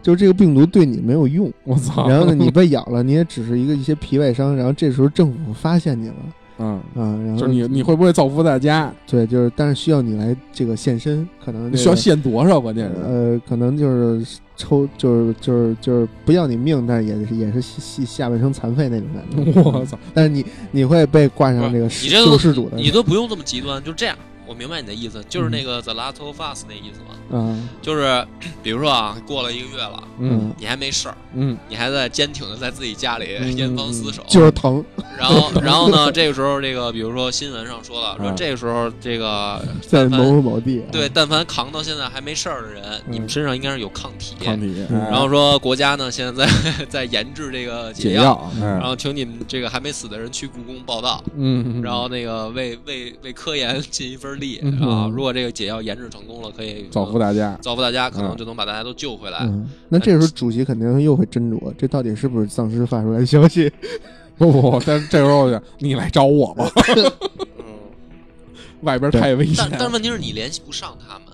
就是这个病毒对你没有用。
我
啊
操！
然后呢，你被咬了，你也只是一个一些皮外伤。然后这时候政府发现你了
嗯，
啊，然后
就是你你会不会造福大家？
对，就是但是需要你来这个现身，可能、
你
这个、
需要献多少？关键是，
呃，可能就是抽，就是就是就是不要你命，但是也是也是下下下半身残废那种感觉。
我操！
但是你你会被挂上这个
不是你这
救世主 的
你都不用这么极端，就这样。我明白你的意思，就是那
嗯
个 The Last of Us 那意思嘛，
啊，
就是 比如说啊，过了一个月了，
嗯
你还没事儿，
嗯，
你还在坚挺的在自己家里
嗯
严防死守，
就 是疼，
然 后然后呢，这个时候这个比如说新闻上说了，说
嗯
这个时候这个
在
但
某
凡
某某地、啊，
对，但凡扛到现在还没事儿的人，
嗯
你们身上应该是有抗体，
抗体。
嗯
然后说国家呢现在在 在研制这个
哎解
药，
药，
然
嗯
后请你们这个还没死的人去故宫报道，
嗯，
然后那个为为为科研尽一份力
嗯
啊。如果这个解药研制成功了，可以呃
造福大家。
造福大家，可能
嗯
就能把大家都救回来。
嗯，那这时候主席肯定又会斟酌，这到底是不是丧尸发出来的 消息？
不不不，但是这时候我就你来找我吧，
嗯，
外边太危险
但但
了。
问题是你联系不上他们，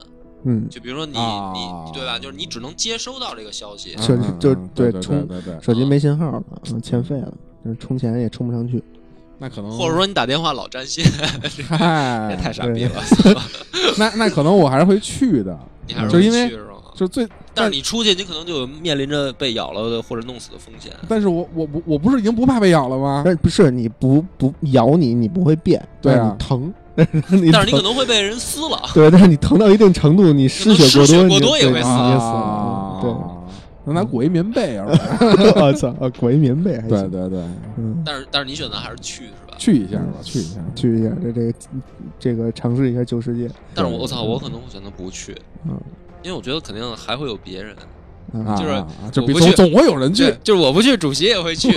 嗯，
就比如说你
啊
你对吧？就是你只能接收到这个消息
嗯。
就
嗯
就
嗯
对
对
冲
对对，
手机没信号了，嗯欠费了，就是充钱也充不上去。
那可能
或者 说你打电话老占线，
嗨，
这太傻
对
逼了。
那那可能我还是会去的，
你还
就是因
回
为
去是吗？
就最，
但是你出去，你可能就面临着被咬了的或者弄死的风险。
但是我我不我不是已经不怕被咬了吗？
但不是你不不咬你，你不会变，
对
但是
啊
你疼，你
但是你
疼
可能会被人撕了。
对，但是你疼到一定程度，你失血
失血
过
过多
多，你
也
就
会
对
死
你也死
啊
了。对，
那拿裹一棉被啊，
我操，啊，裹一棉被还
对
行。
对对，
嗯，
但是但是你选择还是去是吧？
去一下吧，去一下。
去一下这这这个尝试一下旧世界。
但是我我操，我可能会选择不去，
嗯
因为我觉得肯定还会有别人。
嗯
啊，
就是
啊啊就比
我不
总
去
总会有人去
对，，就是我不去，主席也会 去。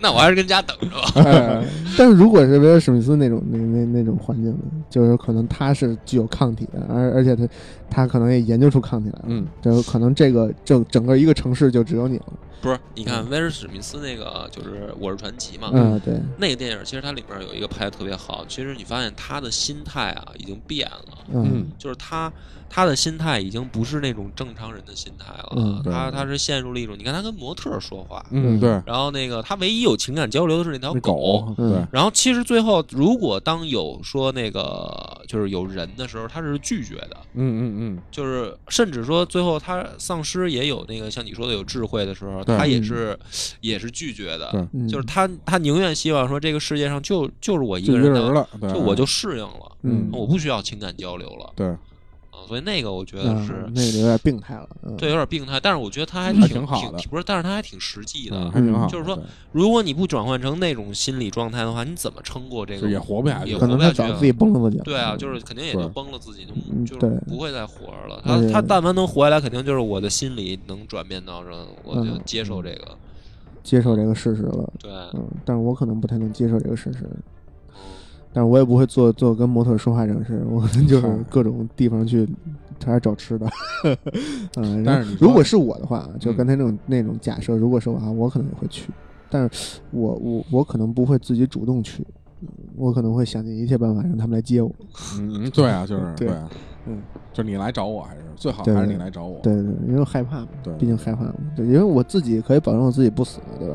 那我还是跟家等着吧。
哎
但是如果是威尔史密斯那种那那那种环境呢，就是可能他是具有抗体的，而而且他他可能也研究出抗体来了，
嗯，
就是可能这个整整个一个城市就只有你了。
不是，你看威尔史密斯那个就是《我是传奇》嘛，
嗯，对，
那个电影其实它里面有一个拍的特别好，其实你发现他的心态啊已经变了。
嗯
嗯，
就是他，他的心态已经不是那种正常人的心态了。
嗯
对
他他是陷入了一种，你看他跟模特儿说话，
嗯，对，
然后那个他唯一有情感交流的是那条
那狗，
嗯
对，
然后其实最后，如果当有说那个就是有人的时候，他是拒绝的，
嗯嗯
就是甚至说最后他丧尸也有那个像你说的有智慧的时候，
对嗯
他也是也是拒绝的
对，
嗯
就是他他宁愿希望说这个世界上就就是我
嗯，
一
就
个
一个
人的，
人了，对
就我就适应了，
嗯
我不需要情感交流了
对，
啊，所以那个我觉得
嗯
是。
那个有点病态了。嗯
对，有点病态，但是我觉得他还挺
还挺好的
挺不是，但是他还挺实际的
嗯，。还挺好，
就是说
对，
如果你不转换成那种心理状态的话，你怎么撑过这
就
个？
也活不下去
也
了，
可能
活不下
他
去
早
了
自己崩了自己了。
对啊，就是肯定也就
对
崩了自己，就
嗯
就是
对
不会再活着了。
而
他
且
他但凡能活下来，肯定就是我的心理能转变到这，我就
嗯
接受这个。
接受这个事实了。
对，
嗯，但是我可能不太能接受这个事实，但是我也不会做做跟模特说话这种事， 我可能就是
嗨
各种地方去，还是找吃的。嗯，
但是你说嗯
如果是我的话，啊就刚才那种、那种假设，如果是我啊，我可能也会去，但是我我我可能不会自己主动去，嗯我可能会想尽一切办法让他们来接我。
嗯，嗯对啊，就是
对
啊，
嗯，
就是你来找我还是最好，
对
还是你来找我，
对对，因为我害怕嘛，
对
毕竟害怕嘛，对，因为我自己可以保证我自己不死，对吧？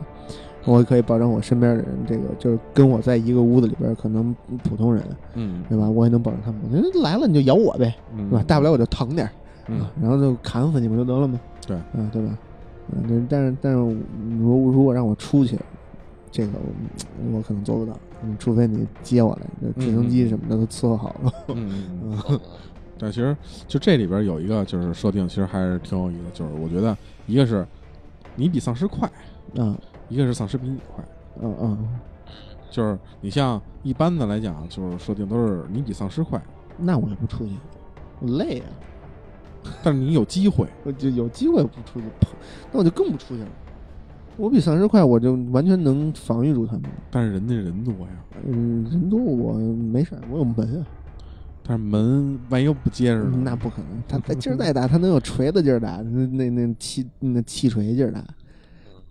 我也可以保证我身边的人，这个就是跟我在一个屋子里边儿，可能普通人，
嗯
对吧？我也能保证他们，我觉得来了你就咬我呗，
嗯，
对吧？大不了我就疼点儿，
嗯
啊，然后就砍死你不就得了吗？
对
啊，对吧？嗯，但但是但是我，如如果让我出去，这个我我可能做不到，嗯，除非你接我来，就直升机什么的都伺候好了。
嗯嗯嗯，
嗯
但其实就这里边有一个就是设定，其实还是挺有意思的，就是我觉得一个是你比丧尸快，
啊
一个是丧尸比你快，
嗯嗯，
就是你像一般的来讲，就是设定都是你比丧尸快，
那我也不出去，我累啊，
但是你有机会，
我就有机会不出去，砰那我就更不出去了。我比丧尸快，我就完全能防御住他们。
但是人家人多呀，
嗯，人多我没事儿，我有门啊。
但是门万一又不结实呢，
嗯那不可能，
嗯
他他劲儿再大，他能有锤子劲儿大，那那那气那气锤劲儿大。
嗯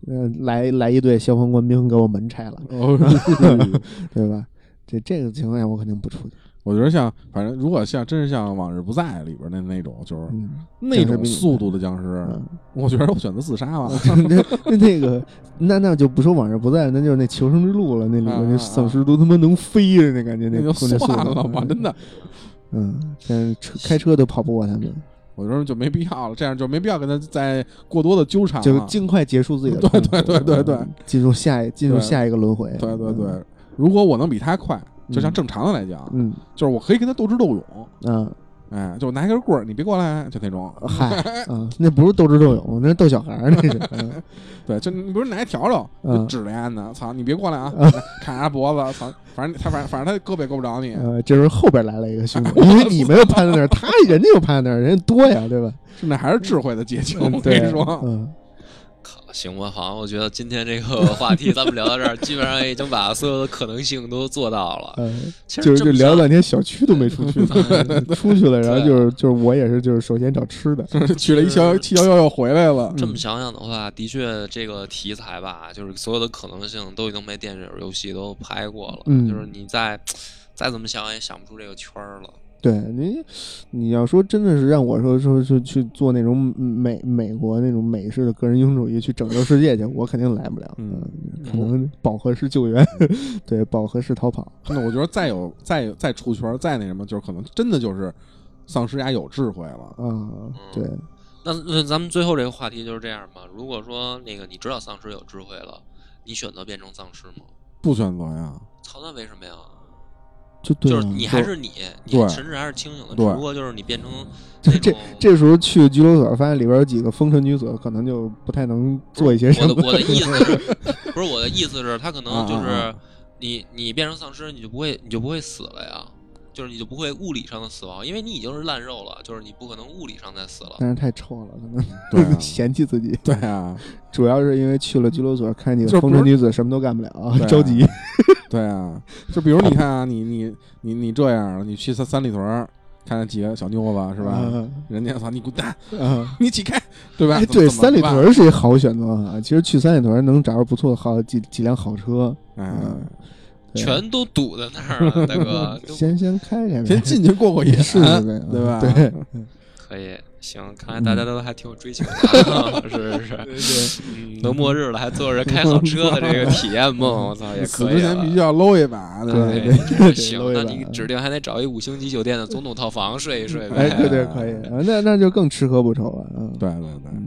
呃，来来一队消防官兵给我门 拆了，
哦，是
对吧？这这个情况下我肯定不出去。
我觉得像反正如果像真是像《往日不在》里边的那种，就是
嗯，
那种速度的僵尸，
嗯
我觉得我选择自杀吧。
那那那个，那那就不说往日不在，那就是那《求生之路》了。那里
啊
面那丧尸都他妈能飞的那感觉，
那就
那
算了吧，真
的。
的，
嗯，但是车开车都跑不过他
啊
们，
我觉得就没必要了，这样就没必要跟他再过多的纠缠
就
了。
尽快结束自己的痛苦。
啊对对对对对
嗯进入下一进入
对
下一个轮回。
对对
嗯，
对，如果我能比他快，就像
嗯
正常的来讲，
嗯
就是我可以跟他斗智斗勇，
啊，
哎，就拿一根棍儿，你别过来，就那种。
嗨，啊，那不是斗智斗勇，那是逗小孩儿，那是。嗯
对，就你不是拿一笤帚就
嗯
指着他呢，操，你别过来啊
嗯，
砍他脖子，操，反正他反正反正他胳膊也够不着你，
呃，这时候后边来了一个兄弟，因为你们又趴在那儿，他人家又趴在那儿，人家多呀，对吧？
是那还是智慧的结晶。我
嗯
跟
对，
你说，
嗯，
靠，行吧，好像我觉得今天这个话题咱们聊到这儿，基本上已经把所有的可能性都做到了。
嗯。
其实
就是
这
就
么
聊
想
了半天，小区都没出去， 出去了，然后就是就是我也是就是首先找吃的，嗯
去了一逍遥七幺幺又回来了，
这么想想的话，的确这个题材吧，就是所有的可能性都已经被电影、游戏都拍过了，
嗯
就是你再再怎么想也想不出这个圈儿了。
对你，你要说真的是让我说说说去做那种美美国那种美式的个人英雄主义去拯救世界去，我肯定来不了，
嗯，
可能饱和式救援， 对，饱和式逃跑，
那我觉得再有再有再出圈儿再那什么，就是可能真的就是丧尸家有智慧了。
啊，对，
那那咱们最后这个话题就是这样吧。如果说那个你知道丧尸有智慧了，你选择变成丧尸吗？
不选择呀，
操，那为什么呀？
就对、啊，
就是你还是你，你
对
甚至还是清醒的，只
对
不过就是你变成
就
那
这
种
这时候去拘留所，发现里边有几个风尘女子，可能就不太能做一些什
我
么
的，我的意思 是，不是我的意思是，他可能就
啊啊
是你你变成丧尸，你就不会你就不会死了呀，就是你就不会物理上的死亡，因为你已经是烂肉了，就是你不可能物理上再死了。
嗯
但是太臭了，可
对啊
能嫌弃自己。
对啊，
主要是因为去了拘留所，看几
就
个
不
风
是
尘女子什么都干不了，
对啊
着 急。
对啊，就比如你看啊，你你你你这样了，你去三三里屯儿看见几个小妞子是吧？
嗯
人家操你滚蛋，
嗯，
你起开，对吧？
哎，
怎么
对，
怎么
三里
啊
办
屯儿是一好选择啊。其实去三里屯儿能找着不错的好几几辆好车，
嗯，
对啊
全都堵在那儿了，大 哥都
先先开开呗，
先进去 过过瘾，
试
嗯
试呗，
啊
嗯
对吧？
对
可以行，看来
嗯
大家都还挺有追求 的，是是是，嗯都末日了还坐着开好车的这个体验梦，我操也
死
可
之
以
前必须
了。
要搂 一把，对吧
哎
对
真是行，
搂一
那
把
你指定还得找一五星级酒店的总统套房睡一睡呗。
哎，对对， 可以，啊那那就更吃喝不愁了，嗯，
对对对，
嗯，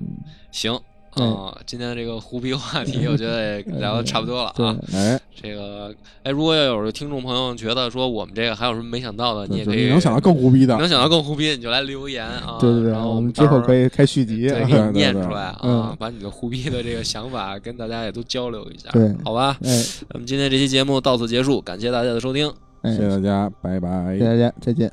行，
对
嗯、今天的这个胡逼话题，我觉得也聊的差不多了
对
啊。
哎，
这个，哎，如果要有听众朋友觉得说我们这个还有什么没想到的，你也
就
可
是
以
你能想到更胡逼的，
能想到更胡逼，你就来留言啊。
对对对，
然后
我们
到
之后
时候
可以开续集
对
啊，
给
对
你念出来
对
啊
嗯，
把你的胡逼的这个想法跟大家也都交流一下，
对
好吧？
哎
那么今天这期节目到此结束，感谢大家的收听。
哎
谢谢，大家，拜拜
谢谢。大家，再见。